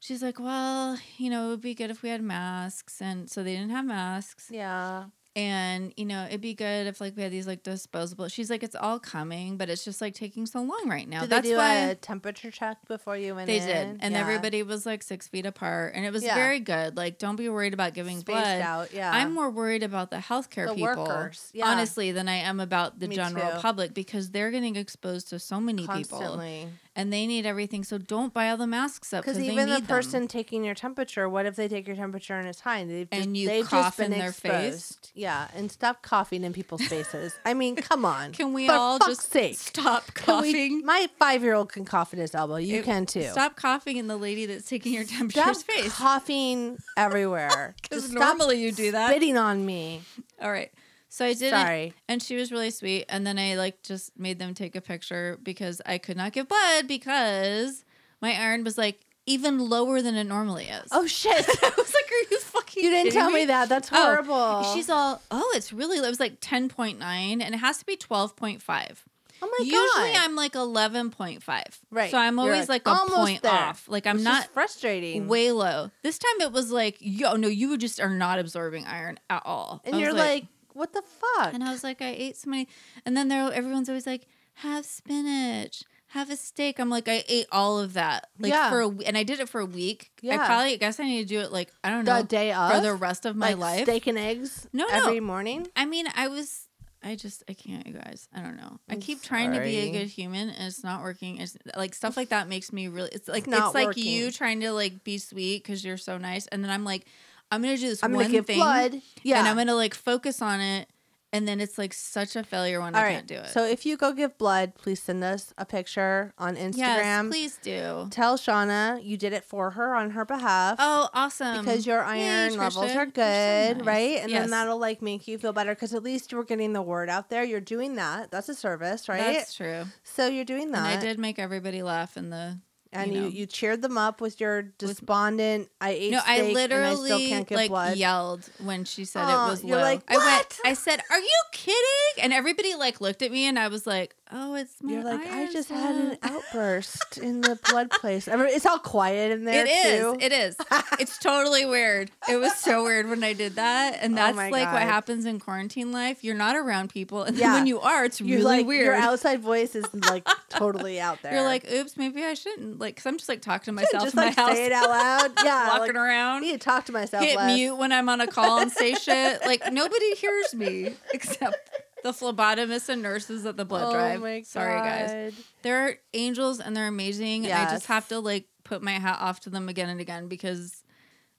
[SPEAKER 2] she's like, Well, you know, it would be good if we had masks, and so they didn't have masks
[SPEAKER 3] Yeah,
[SPEAKER 2] and you know it'd be good if like we had these like disposable she's like it's all coming but it's just like taking so long right now
[SPEAKER 3] did
[SPEAKER 2] that's
[SPEAKER 3] they do
[SPEAKER 2] why
[SPEAKER 3] a temperature check before you went
[SPEAKER 2] they
[SPEAKER 3] in?
[SPEAKER 2] did and
[SPEAKER 3] Yeah.
[SPEAKER 2] everybody was like six feet apart and it was
[SPEAKER 3] Yeah.
[SPEAKER 2] very good like don't be worried about giving
[SPEAKER 3] spaced
[SPEAKER 2] blood
[SPEAKER 3] out. Yeah,
[SPEAKER 2] i'm more worried about the healthcare
[SPEAKER 3] The
[SPEAKER 2] people
[SPEAKER 3] workers, yeah.
[SPEAKER 2] honestly than i am about the
[SPEAKER 3] Me
[SPEAKER 2] general
[SPEAKER 3] too.
[SPEAKER 2] public because they're getting exposed to so many people
[SPEAKER 3] constantly
[SPEAKER 2] and they need everything so don't buy all the masks up
[SPEAKER 3] because
[SPEAKER 2] they
[SPEAKER 3] even the
[SPEAKER 2] need them.
[SPEAKER 3] person taking your temperature. What if they take your temperature and it's high? And they've just,
[SPEAKER 2] And you
[SPEAKER 3] they've
[SPEAKER 2] cough
[SPEAKER 3] just been
[SPEAKER 2] in their face?
[SPEAKER 3] exposed. Yeah, and stop coughing in people's faces. I mean, come
[SPEAKER 2] [laughs]
[SPEAKER 3] on.
[SPEAKER 2] can we
[SPEAKER 3] For
[SPEAKER 2] all
[SPEAKER 3] fuck's
[SPEAKER 2] just
[SPEAKER 3] sake.
[SPEAKER 2] stop
[SPEAKER 3] Can we-
[SPEAKER 2] coughing
[SPEAKER 3] my five year old can cough at his elbow. [laughs] You
[SPEAKER 2] It-
[SPEAKER 3] can too.
[SPEAKER 2] Stop coughing in the lady that's taking your
[SPEAKER 3] Stop
[SPEAKER 2] temperature's face.
[SPEAKER 3] coughing everywhere.
[SPEAKER 2] [laughs] 'Cause
[SPEAKER 3] Just stop
[SPEAKER 2] normally you do that.
[SPEAKER 3] Spitting on me.
[SPEAKER 2] All right. So I did it,
[SPEAKER 3] Sorry.
[SPEAKER 2] and she was really sweet. And then I like just made them take a picture because I could not give blood because my iron was like even lower than it normally is.
[SPEAKER 3] Oh
[SPEAKER 2] [laughs]
[SPEAKER 3] shit!
[SPEAKER 2] I was like, "Are you fucking?"
[SPEAKER 3] You didn't
[SPEAKER 2] kidding
[SPEAKER 3] tell me that. That's
[SPEAKER 2] Oh,
[SPEAKER 3] horrible.
[SPEAKER 2] she's all, "Oh, it's really." low." It was like ten point nine, and it has to be twelve point five.
[SPEAKER 3] oh my
[SPEAKER 2] Usually,
[SPEAKER 3] god.
[SPEAKER 2] I'm like eleven point five.
[SPEAKER 3] Right.
[SPEAKER 2] So I'm
[SPEAKER 3] You're
[SPEAKER 2] always
[SPEAKER 3] like,
[SPEAKER 2] like, a
[SPEAKER 3] almost
[SPEAKER 2] point
[SPEAKER 3] there,
[SPEAKER 2] off. Like I'm
[SPEAKER 3] Which is
[SPEAKER 2] not
[SPEAKER 3] frustrating.
[SPEAKER 2] way low. This time it was like, yo, no, you just are not absorbing iron at all. I
[SPEAKER 3] and
[SPEAKER 2] was
[SPEAKER 3] you're like, what the fuck?
[SPEAKER 2] and I was like, I ate so many. And then there, everyone's always like, have spinach, have a steak. I'm like, I ate all of that, like
[SPEAKER 3] Yeah.
[SPEAKER 2] for a w- and I did it for a week.
[SPEAKER 3] Yeah.
[SPEAKER 2] I probably I guess I need to do it like I don't
[SPEAKER 3] the
[SPEAKER 2] know
[SPEAKER 3] day of
[SPEAKER 2] for the rest of my
[SPEAKER 3] like
[SPEAKER 2] life.
[SPEAKER 3] steak and eggs.
[SPEAKER 2] No, no.
[SPEAKER 3] every morning.
[SPEAKER 2] I mean, I was. I just I can't, you guys. I don't know. I
[SPEAKER 3] I'm
[SPEAKER 2] keep trying to be
[SPEAKER 3] sorry.
[SPEAKER 2] a good human, and it's not working. It's like stuff like that makes me really. It's like it's,
[SPEAKER 3] not
[SPEAKER 2] like
[SPEAKER 3] working.
[SPEAKER 2] you trying to like be sweet because you're so nice, and then I'm like, I'm gonna do this
[SPEAKER 3] I'm
[SPEAKER 2] one
[SPEAKER 3] gonna give
[SPEAKER 2] thing,
[SPEAKER 3] blood. Yeah,
[SPEAKER 2] and I'm gonna like focus on it, and then it's like such a failure when
[SPEAKER 3] All
[SPEAKER 2] I
[SPEAKER 3] right.
[SPEAKER 2] can't do it.
[SPEAKER 3] So if you go give blood, please send us a picture on Instagram.
[SPEAKER 2] Yes, please do.
[SPEAKER 3] Tell Shauna you did it for her on her behalf.
[SPEAKER 2] Oh, awesome!
[SPEAKER 3] because your
[SPEAKER 2] Yay,
[SPEAKER 3] iron levels
[SPEAKER 2] Trisha.
[SPEAKER 3] are
[SPEAKER 2] You're so
[SPEAKER 3] good,
[SPEAKER 2] nice.
[SPEAKER 3] right? And then
[SPEAKER 2] Yes,
[SPEAKER 3] that'll like make you feel better because at least you were getting the word out there. You're doing that. That's a service, right?
[SPEAKER 2] That's true.
[SPEAKER 3] so you're doing
[SPEAKER 2] And
[SPEAKER 3] that.
[SPEAKER 2] I did make everybody laugh in the.
[SPEAKER 3] And you,
[SPEAKER 2] you
[SPEAKER 3] you,
[SPEAKER 2] know.
[SPEAKER 3] cheered them up with your despondent. I ate.
[SPEAKER 2] No,
[SPEAKER 3] steak
[SPEAKER 2] I
[SPEAKER 3] and
[SPEAKER 2] literally
[SPEAKER 3] still can't give
[SPEAKER 2] like
[SPEAKER 3] blood.
[SPEAKER 2] yelled when she said
[SPEAKER 3] Aw,
[SPEAKER 2] it was
[SPEAKER 3] you're
[SPEAKER 2] low.
[SPEAKER 3] like,
[SPEAKER 2] I
[SPEAKER 3] "What?"
[SPEAKER 2] went. I said, "Are you kidding?" And everybody like looked at me, and I was like, "Oh, it's my
[SPEAKER 3] You're like, I
[SPEAKER 2] iron's
[SPEAKER 3] just had
[SPEAKER 2] low."
[SPEAKER 3] an outburst in the blood place. I mean, it's all quiet in
[SPEAKER 2] [laughs]
[SPEAKER 3] there
[SPEAKER 2] It is.
[SPEAKER 3] too.
[SPEAKER 2] It
[SPEAKER 3] [laughs]
[SPEAKER 2] is. It's totally weird. It was so weird when I did that, and
[SPEAKER 3] Oh
[SPEAKER 2] that's
[SPEAKER 3] my
[SPEAKER 2] like
[SPEAKER 3] God.
[SPEAKER 2] what happens in quarantine life. You're not around people, and
[SPEAKER 3] Yeah.
[SPEAKER 2] then when you are, it's
[SPEAKER 3] You're
[SPEAKER 2] really
[SPEAKER 3] like
[SPEAKER 2] weird.
[SPEAKER 3] your outside voice is like totally out
[SPEAKER 2] [laughs]
[SPEAKER 3] there.
[SPEAKER 2] You're like, oops, maybe I shouldn't. Like, cause I'm just like talking to myself
[SPEAKER 3] just
[SPEAKER 2] in
[SPEAKER 3] like
[SPEAKER 2] my house,
[SPEAKER 3] say it out loud.
[SPEAKER 2] [laughs]
[SPEAKER 3] Yeah,
[SPEAKER 2] walking
[SPEAKER 3] like, I
[SPEAKER 2] around,
[SPEAKER 3] need to talk to myself.
[SPEAKER 2] hit
[SPEAKER 3] less. [laughs]
[SPEAKER 2] mute when I'm on a call and say shit. Like nobody hears me except the phlebotomists and nurses at the blood
[SPEAKER 3] oh
[SPEAKER 2] drive.
[SPEAKER 3] my god.
[SPEAKER 2] Sorry, guys. They're angels and they're amazing. And I
[SPEAKER 3] Yes.
[SPEAKER 2] just have to like put my hat off to them again and again because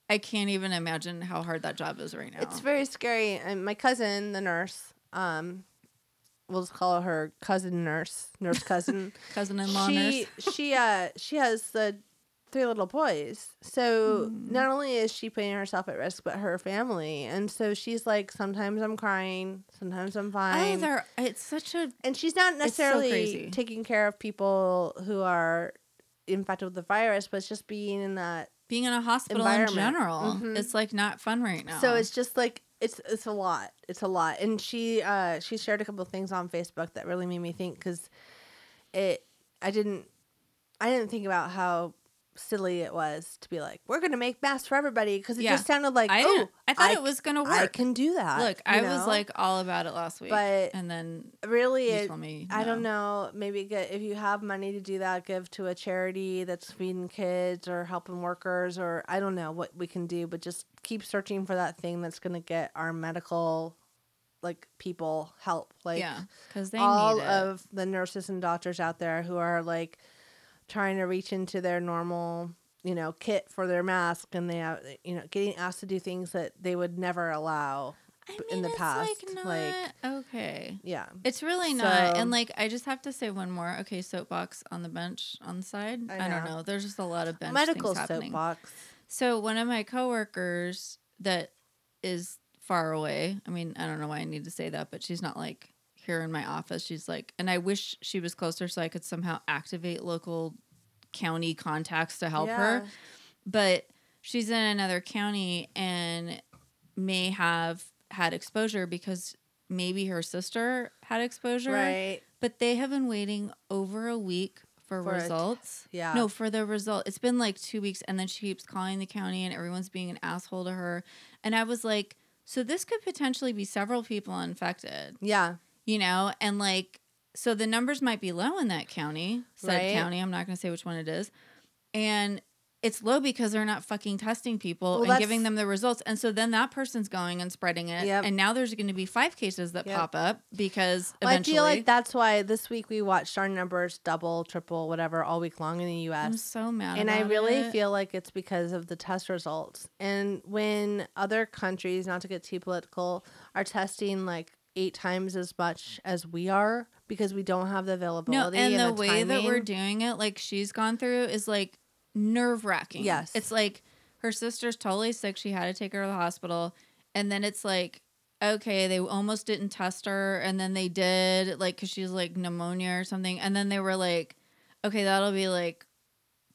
[SPEAKER 2] I can't even imagine how hard that job is right now.
[SPEAKER 3] It's very scary. And my cousin, the nurse, um, we'll just call her cousin nurse,
[SPEAKER 2] [laughs]
[SPEAKER 3] nurse cousin.
[SPEAKER 2] Cousin in law nurse.
[SPEAKER 3] she she uh she has the three little boys. So
[SPEAKER 2] Hmm.
[SPEAKER 3] not only is she putting herself at risk, but her family. And so she's like, sometimes I'm crying, sometimes I'm
[SPEAKER 2] Oh,
[SPEAKER 3] fine.
[SPEAKER 2] they're it's such a
[SPEAKER 3] and she's not
[SPEAKER 2] It's so
[SPEAKER 3] necessarily
[SPEAKER 2] crazy.
[SPEAKER 3] taking care of people who are infected with the virus, but it's just being in that.
[SPEAKER 2] being in a hospital in
[SPEAKER 3] Environment.
[SPEAKER 2] general.
[SPEAKER 3] Mhm.
[SPEAKER 2] It's like not fun right now.
[SPEAKER 3] So it's just like it's it's a lot. It's a lot. And she uh she shared a couple of things on Facebook that really made me think because it I didn't I didn't think about how silly it was to be like we're gonna make masks for everybody because it
[SPEAKER 2] Yeah.
[SPEAKER 3] just sounded like
[SPEAKER 2] I
[SPEAKER 3] oh
[SPEAKER 2] didn't- I thought
[SPEAKER 3] I-
[SPEAKER 2] it was gonna work.
[SPEAKER 3] I can do that.
[SPEAKER 2] Look,
[SPEAKER 3] you
[SPEAKER 2] I was
[SPEAKER 3] know?
[SPEAKER 2] like all about it last week,
[SPEAKER 3] But-
[SPEAKER 2] and then
[SPEAKER 3] really
[SPEAKER 2] you
[SPEAKER 3] it-
[SPEAKER 2] told me
[SPEAKER 3] I don't
[SPEAKER 2] no.
[SPEAKER 3] know. Maybe get if you have money to do that, give to a charity that's feeding kids or helping workers, or I don't know what we can do, but just keep searching for that thing that's going to get our medical, like people help, like
[SPEAKER 2] yeah, because they
[SPEAKER 3] all
[SPEAKER 2] need it.
[SPEAKER 3] of the nurses and doctors out there who are like trying to reach into their normal, you know, kit for their mask, and they have, you know, getting asked to do things that they would never allow.
[SPEAKER 2] I
[SPEAKER 3] in the past, like-
[SPEAKER 2] okay.
[SPEAKER 3] Yeah,
[SPEAKER 2] It's really not.
[SPEAKER 3] So-
[SPEAKER 2] And like, I just have to say one more. Okay, soapbox on the bench on the side.
[SPEAKER 3] I
[SPEAKER 2] I, don't
[SPEAKER 3] know.
[SPEAKER 2] know. There's just a lot of bench
[SPEAKER 3] medical
[SPEAKER 2] things happening.
[SPEAKER 3] soapbox.
[SPEAKER 2] So one of my coworkers that is far away. I mean, I don't know why I need to say that, but she's not like here in my office. She's like, and I wish she was closer so I could somehow activate local county contacts to help her.
[SPEAKER 3] Yeah.
[SPEAKER 2] But she's in another county and may have had exposure because maybe her sister had exposure.
[SPEAKER 3] Right.
[SPEAKER 2] But they have been waiting over a week for,
[SPEAKER 3] For a t-
[SPEAKER 2] results.
[SPEAKER 3] yeah.
[SPEAKER 2] No, for the result. It's been like two weeks, and then she keeps calling the county, and everyone's being an asshole to her. And I was like, so this could potentially be several people infected,
[SPEAKER 3] Yeah.
[SPEAKER 2] you know? And like, so the numbers might be low in that county, said
[SPEAKER 3] Right.
[SPEAKER 2] county. I'm not going to say which one it is. And it's low because they're not fucking testing people
[SPEAKER 3] Well,
[SPEAKER 2] and
[SPEAKER 3] that's-
[SPEAKER 2] giving them the results. And so then that person's going and spreading it.
[SPEAKER 3] Yep.
[SPEAKER 2] And now there's going to be five cases that
[SPEAKER 3] Yep.
[SPEAKER 2] pop up because
[SPEAKER 3] Well, I
[SPEAKER 2] eventually.
[SPEAKER 3] feel like that's why this week we watched our numbers double, triple, whatever, all week long in the
[SPEAKER 2] I'm
[SPEAKER 3] U.S.
[SPEAKER 2] so mad.
[SPEAKER 3] And I
[SPEAKER 2] about
[SPEAKER 3] really
[SPEAKER 2] it.
[SPEAKER 3] feel like it's because of the test results. And when other countries, not to get too political, are testing like eight times as much as we are because we don't have the
[SPEAKER 2] no,
[SPEAKER 3] availability
[SPEAKER 2] and the,
[SPEAKER 3] the,
[SPEAKER 2] way that
[SPEAKER 3] timing.
[SPEAKER 2] we're doing it, like she's gone through, is like nerve wracking.
[SPEAKER 3] Yes.
[SPEAKER 2] it's like her sister's totally sick. She had to take her to the hospital, and then it's like, okay, they almost didn't test her, and then they did, like, because she's like pneumonia or something, and then they were like, okay, that'll be like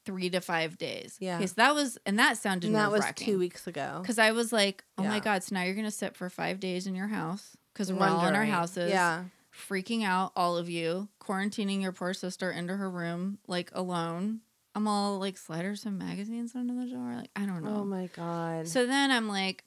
[SPEAKER 2] three to five days.
[SPEAKER 3] Yeah.
[SPEAKER 2] okay, so that was, and that sounded
[SPEAKER 3] And that was
[SPEAKER 2] nerve-wracking.
[SPEAKER 3] two weeks ago.
[SPEAKER 2] Because I was like, oh my
[SPEAKER 3] Yeah.
[SPEAKER 2] god, so now you're gonna sit for five days in your house because we're all in our
[SPEAKER 3] Wondering.
[SPEAKER 2] houses
[SPEAKER 3] Yeah.
[SPEAKER 2] freaking out, all of you, quarantining your poor sister into her room, like alone. I'm all like sliders some magazines under the door. Like, I don't
[SPEAKER 3] Oh
[SPEAKER 2] know.
[SPEAKER 3] my God.
[SPEAKER 2] so then I'm like,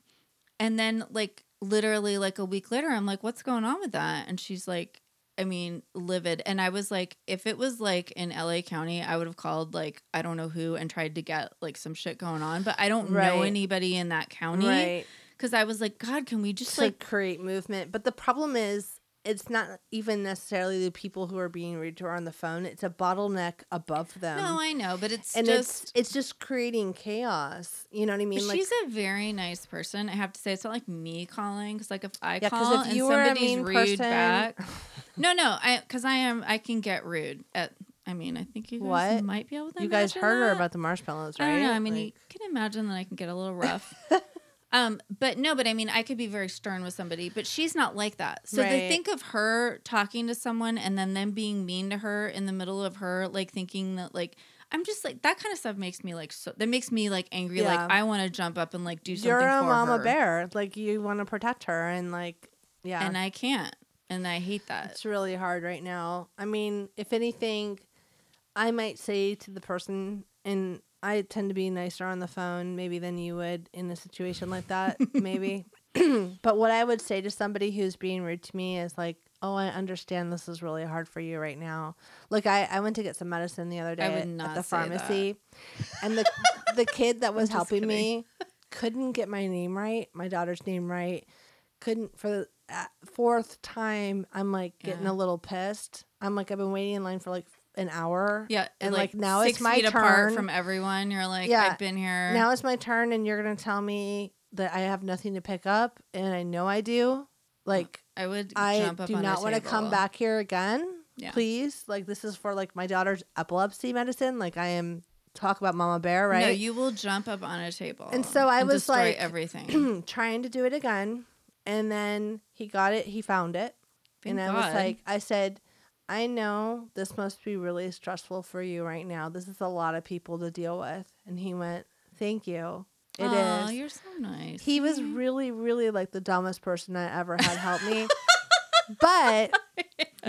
[SPEAKER 2] and then like literally like a week later, I'm like, what's going on with that? And she's like, I mean, livid. And I was like, if it was like in LA County, I would have called like, I don't know who and tried to get like some shit going on. But I don't know
[SPEAKER 3] Right.
[SPEAKER 2] anybody in that county.
[SPEAKER 3] right.
[SPEAKER 2] Because I was like, God, can we just
[SPEAKER 3] to
[SPEAKER 2] like
[SPEAKER 3] create movement. But the problem is, it's not even necessarily the people who are being read to are on the phone. It's a bottleneck above them,
[SPEAKER 2] No, I know, but it's
[SPEAKER 3] and
[SPEAKER 2] just
[SPEAKER 3] it's it's just creating chaos. You know what I mean?
[SPEAKER 2] But she's a very nice person. I have to say, it's not like me calling because, like, if I
[SPEAKER 3] Yeah, 'cause
[SPEAKER 2] call
[SPEAKER 3] if
[SPEAKER 2] and
[SPEAKER 3] you were a
[SPEAKER 2] somebody's
[SPEAKER 3] mean
[SPEAKER 2] rude
[SPEAKER 3] person- [laughs]
[SPEAKER 2] back, no, no, I because I am, I can get rude. At, I mean, I think you guys
[SPEAKER 3] What?
[SPEAKER 2] might be able to.
[SPEAKER 3] you guys
[SPEAKER 2] imagine
[SPEAKER 3] heard her
[SPEAKER 2] that.
[SPEAKER 3] about the marshmallows, right?
[SPEAKER 2] I don't know. I mean,
[SPEAKER 3] Like,
[SPEAKER 2] you can imagine that I can get a
[SPEAKER 3] [laughs]
[SPEAKER 2] little rough. um, but no, but I mean, I could be very stern with somebody, but she's not like that. So
[SPEAKER 3] Right.
[SPEAKER 2] they think of her talking to someone and then them being mean to her in the middle of her, like thinking that like. I'm just like that kind of stuff makes me like so that makes me like angry.
[SPEAKER 3] Yeah.
[SPEAKER 2] Like I want to jump up and like do something
[SPEAKER 3] you're a
[SPEAKER 2] for
[SPEAKER 3] mama
[SPEAKER 2] her,
[SPEAKER 3] bear. Like you want to protect her, and like yeah,
[SPEAKER 2] and I can't, and I hate that.
[SPEAKER 3] It's really hard right now. I mean, if anything, I might say to the person, and I tend to be nicer on the phone maybe than you would in a situation
[SPEAKER 2] [laughs]
[SPEAKER 3] like that, maybe. [clears throat] but what I would say to somebody who's being rude to me is like, oh, I understand this is really hard for you right now. Look, I, I went to get some medicine the other day
[SPEAKER 2] I would
[SPEAKER 3] at- at
[SPEAKER 2] not
[SPEAKER 3] the
[SPEAKER 2] say that.
[SPEAKER 3] pharmacy, and the, the
[SPEAKER 2] [laughs]
[SPEAKER 3] kid that was helping me couldn't get my name right, my daughter's name right couldn't for the uh, fourth time, I'm like getting
[SPEAKER 2] Yeah.
[SPEAKER 3] a little pissed. I'm like, I've been waiting in line for like an hour.
[SPEAKER 2] Yeah,
[SPEAKER 3] And like, now it's my turn.
[SPEAKER 2] apart from everyone. You're like,
[SPEAKER 3] Yeah,
[SPEAKER 2] I've been here.
[SPEAKER 3] now it's my turn, and you're gonna tell me that I have nothing to pick up, and I know I do. Like,
[SPEAKER 2] I would.
[SPEAKER 3] I
[SPEAKER 2] jump up
[SPEAKER 3] do
[SPEAKER 2] on a
[SPEAKER 3] not want to come
[SPEAKER 2] table.
[SPEAKER 3] back here again.
[SPEAKER 2] Yeah.
[SPEAKER 3] Please, like this is for like my daughter's epilepsy medicine. Like I am talk about Mama Bear,
[SPEAKER 2] No,
[SPEAKER 3] right?
[SPEAKER 2] you will jump up on a table.
[SPEAKER 3] And so I was
[SPEAKER 2] destroy
[SPEAKER 3] like-
[SPEAKER 2] everything.
[SPEAKER 3] Hmm, Trying to do it again, and then he got it. He found it,
[SPEAKER 2] Thank
[SPEAKER 3] and I was
[SPEAKER 2] God.
[SPEAKER 3] like, I said, I know this must be really stressful for you right now. This is a lot of people to deal with. And he went, Thank you. [clears throat] It is.
[SPEAKER 2] Aw, You're so nice.
[SPEAKER 3] He was really, really like the dumbest person I ever had help me.
[SPEAKER 2] [laughs]
[SPEAKER 3] but,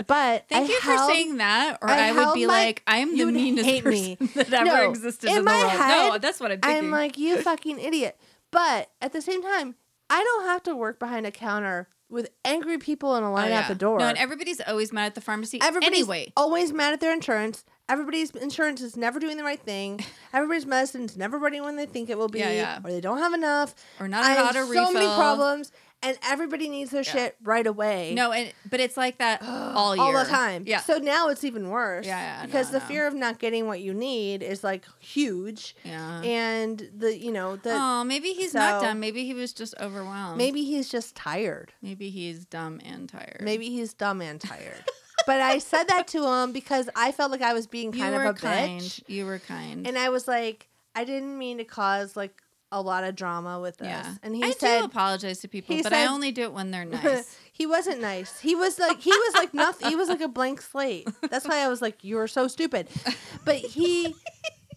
[SPEAKER 3] but
[SPEAKER 2] Thank
[SPEAKER 3] I
[SPEAKER 2] you
[SPEAKER 3] held-
[SPEAKER 2] for saying that, or
[SPEAKER 3] I
[SPEAKER 2] I, would
[SPEAKER 3] held
[SPEAKER 2] be
[SPEAKER 3] my-
[SPEAKER 2] like, I'm the
[SPEAKER 3] you'd
[SPEAKER 2] meanest
[SPEAKER 3] hate
[SPEAKER 2] person [laughs]
[SPEAKER 3] me.
[SPEAKER 2] that ever
[SPEAKER 3] No,
[SPEAKER 2] existed
[SPEAKER 3] in
[SPEAKER 2] in,
[SPEAKER 3] my
[SPEAKER 2] the world. no,
[SPEAKER 3] head,
[SPEAKER 2] that's what I'm thinking.
[SPEAKER 3] I'm like, you fucking idiot. But at the same time, I don't have to work behind a counter with angry people in a
[SPEAKER 2] Oh,
[SPEAKER 3] line
[SPEAKER 2] yeah.
[SPEAKER 3] at the door.
[SPEAKER 2] No, and everybody's always mad at the pharmacy.
[SPEAKER 3] Everybody's
[SPEAKER 2] anyway,
[SPEAKER 3] always mad at their insurance. Everybody's insurance is never doing the
[SPEAKER 2] [laughs]
[SPEAKER 3] right thing. Everybody's medicine's never ready when they think it will be,
[SPEAKER 2] Yeah, yeah.
[SPEAKER 3] or they don't have enough.
[SPEAKER 2] or not
[SPEAKER 3] I
[SPEAKER 2] allowed
[SPEAKER 3] have
[SPEAKER 2] a
[SPEAKER 3] so
[SPEAKER 2] refill.
[SPEAKER 3] many problems, and everybody needs their shit right away.
[SPEAKER 2] No, and but it's like that all year,
[SPEAKER 3] all the time.
[SPEAKER 2] Yeah,
[SPEAKER 3] So now it's even worse.
[SPEAKER 2] Yeah, yeah,
[SPEAKER 3] because
[SPEAKER 2] no,
[SPEAKER 3] the
[SPEAKER 2] no.
[SPEAKER 3] fear of not getting what you need is like huge,
[SPEAKER 2] yeah.
[SPEAKER 3] and the you know the
[SPEAKER 2] oh, maybe he's not
[SPEAKER 3] so-
[SPEAKER 2] dumb. Maybe he was just overwhelmed.
[SPEAKER 3] maybe he's just tired.
[SPEAKER 2] maybe he's dumb and tired.
[SPEAKER 3] Maybe he's dumb
[SPEAKER 2] [laughs]
[SPEAKER 3] and tired. but I said that to him because I felt like I was being
[SPEAKER 2] you
[SPEAKER 3] kind
[SPEAKER 2] were
[SPEAKER 3] of a
[SPEAKER 2] kind.
[SPEAKER 3] bitch.
[SPEAKER 2] You were kind.
[SPEAKER 3] And I was like, I didn't mean to cause like a lot of drama with this.
[SPEAKER 2] yeah,
[SPEAKER 3] And he
[SPEAKER 2] I do
[SPEAKER 3] said
[SPEAKER 2] apologize to people,
[SPEAKER 3] he
[SPEAKER 2] but I
[SPEAKER 3] said- Uh,
[SPEAKER 2] only do it when
[SPEAKER 3] [laughs]
[SPEAKER 2] they're nice.
[SPEAKER 3] he wasn't nice. He was like he was like nothing. He was like a blank slate. That's why I was like, you are so stupid.
[SPEAKER 2] [laughs]
[SPEAKER 3] But he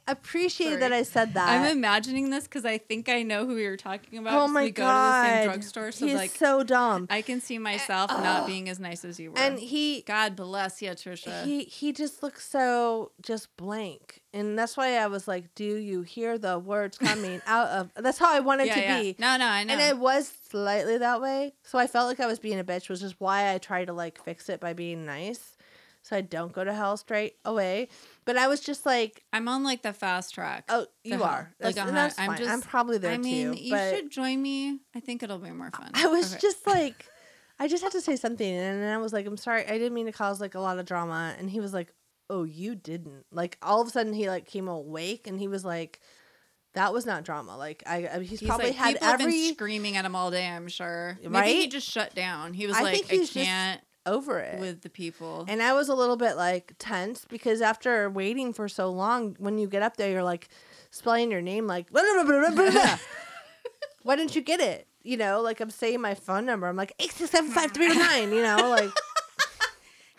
[SPEAKER 3] appreciated that
[SPEAKER 2] Sorry.
[SPEAKER 3] I said that.
[SPEAKER 2] I'm imagining this because I think I know who we were talking about.
[SPEAKER 3] oh
[SPEAKER 2] 'cause
[SPEAKER 3] my
[SPEAKER 2] we go
[SPEAKER 3] god,
[SPEAKER 2] to the same drugstore, so
[SPEAKER 3] he's
[SPEAKER 2] like
[SPEAKER 3] so dumb.
[SPEAKER 2] I can see myself not being as nice as you were.
[SPEAKER 3] and he
[SPEAKER 2] God bless you, Trisha.
[SPEAKER 3] he he just looks so just blank and that's why i was like do you hear the words coming out of that's how i wanted to be
[SPEAKER 2] No, no, I know.
[SPEAKER 3] and it was slightly that way so i felt like i was being a bitch which is why i try to like fix it by being nice so i don't go to hell straight away but i was just like [laughs]
[SPEAKER 2] I'm on like the fast track.
[SPEAKER 3] oh you
[SPEAKER 2] hell.
[SPEAKER 3] are
[SPEAKER 2] Like,
[SPEAKER 3] that's,
[SPEAKER 2] uh-huh.
[SPEAKER 3] and that's
[SPEAKER 2] I'm
[SPEAKER 3] fine.
[SPEAKER 2] just-
[SPEAKER 3] i'm probably there
[SPEAKER 2] I mean,
[SPEAKER 3] too
[SPEAKER 2] you
[SPEAKER 3] but
[SPEAKER 2] should join me. I think it'll be more fun.
[SPEAKER 3] i was
[SPEAKER 2] Okay.
[SPEAKER 3] just like i just had to say something and then i was like i'm sorry i didn't mean to cause like a lot of drama and he was like oh you didn't like all of a sudden he like came awake and he was like that was not drama like i, I he's,
[SPEAKER 2] He's
[SPEAKER 3] probably
[SPEAKER 2] like,
[SPEAKER 3] had
[SPEAKER 2] people have
[SPEAKER 3] every
[SPEAKER 2] been screaming at him all day. I'm sure. Maybe he
[SPEAKER 3] Right?
[SPEAKER 2] just shut down. He was
[SPEAKER 3] I
[SPEAKER 2] like,
[SPEAKER 3] think he's just
[SPEAKER 2] I can't
[SPEAKER 3] over it
[SPEAKER 2] with the people.
[SPEAKER 3] And I was a little bit like tense because after waiting for so long, when you get up there, you're like spelling your name like, blah, blah, blah, blah,
[SPEAKER 2] [laughs]
[SPEAKER 3] blah, blah. why didn't you get it? You know, like I'm saying my phone number. I'm like, 8675309, you
[SPEAKER 2] [laughs]
[SPEAKER 3] know, like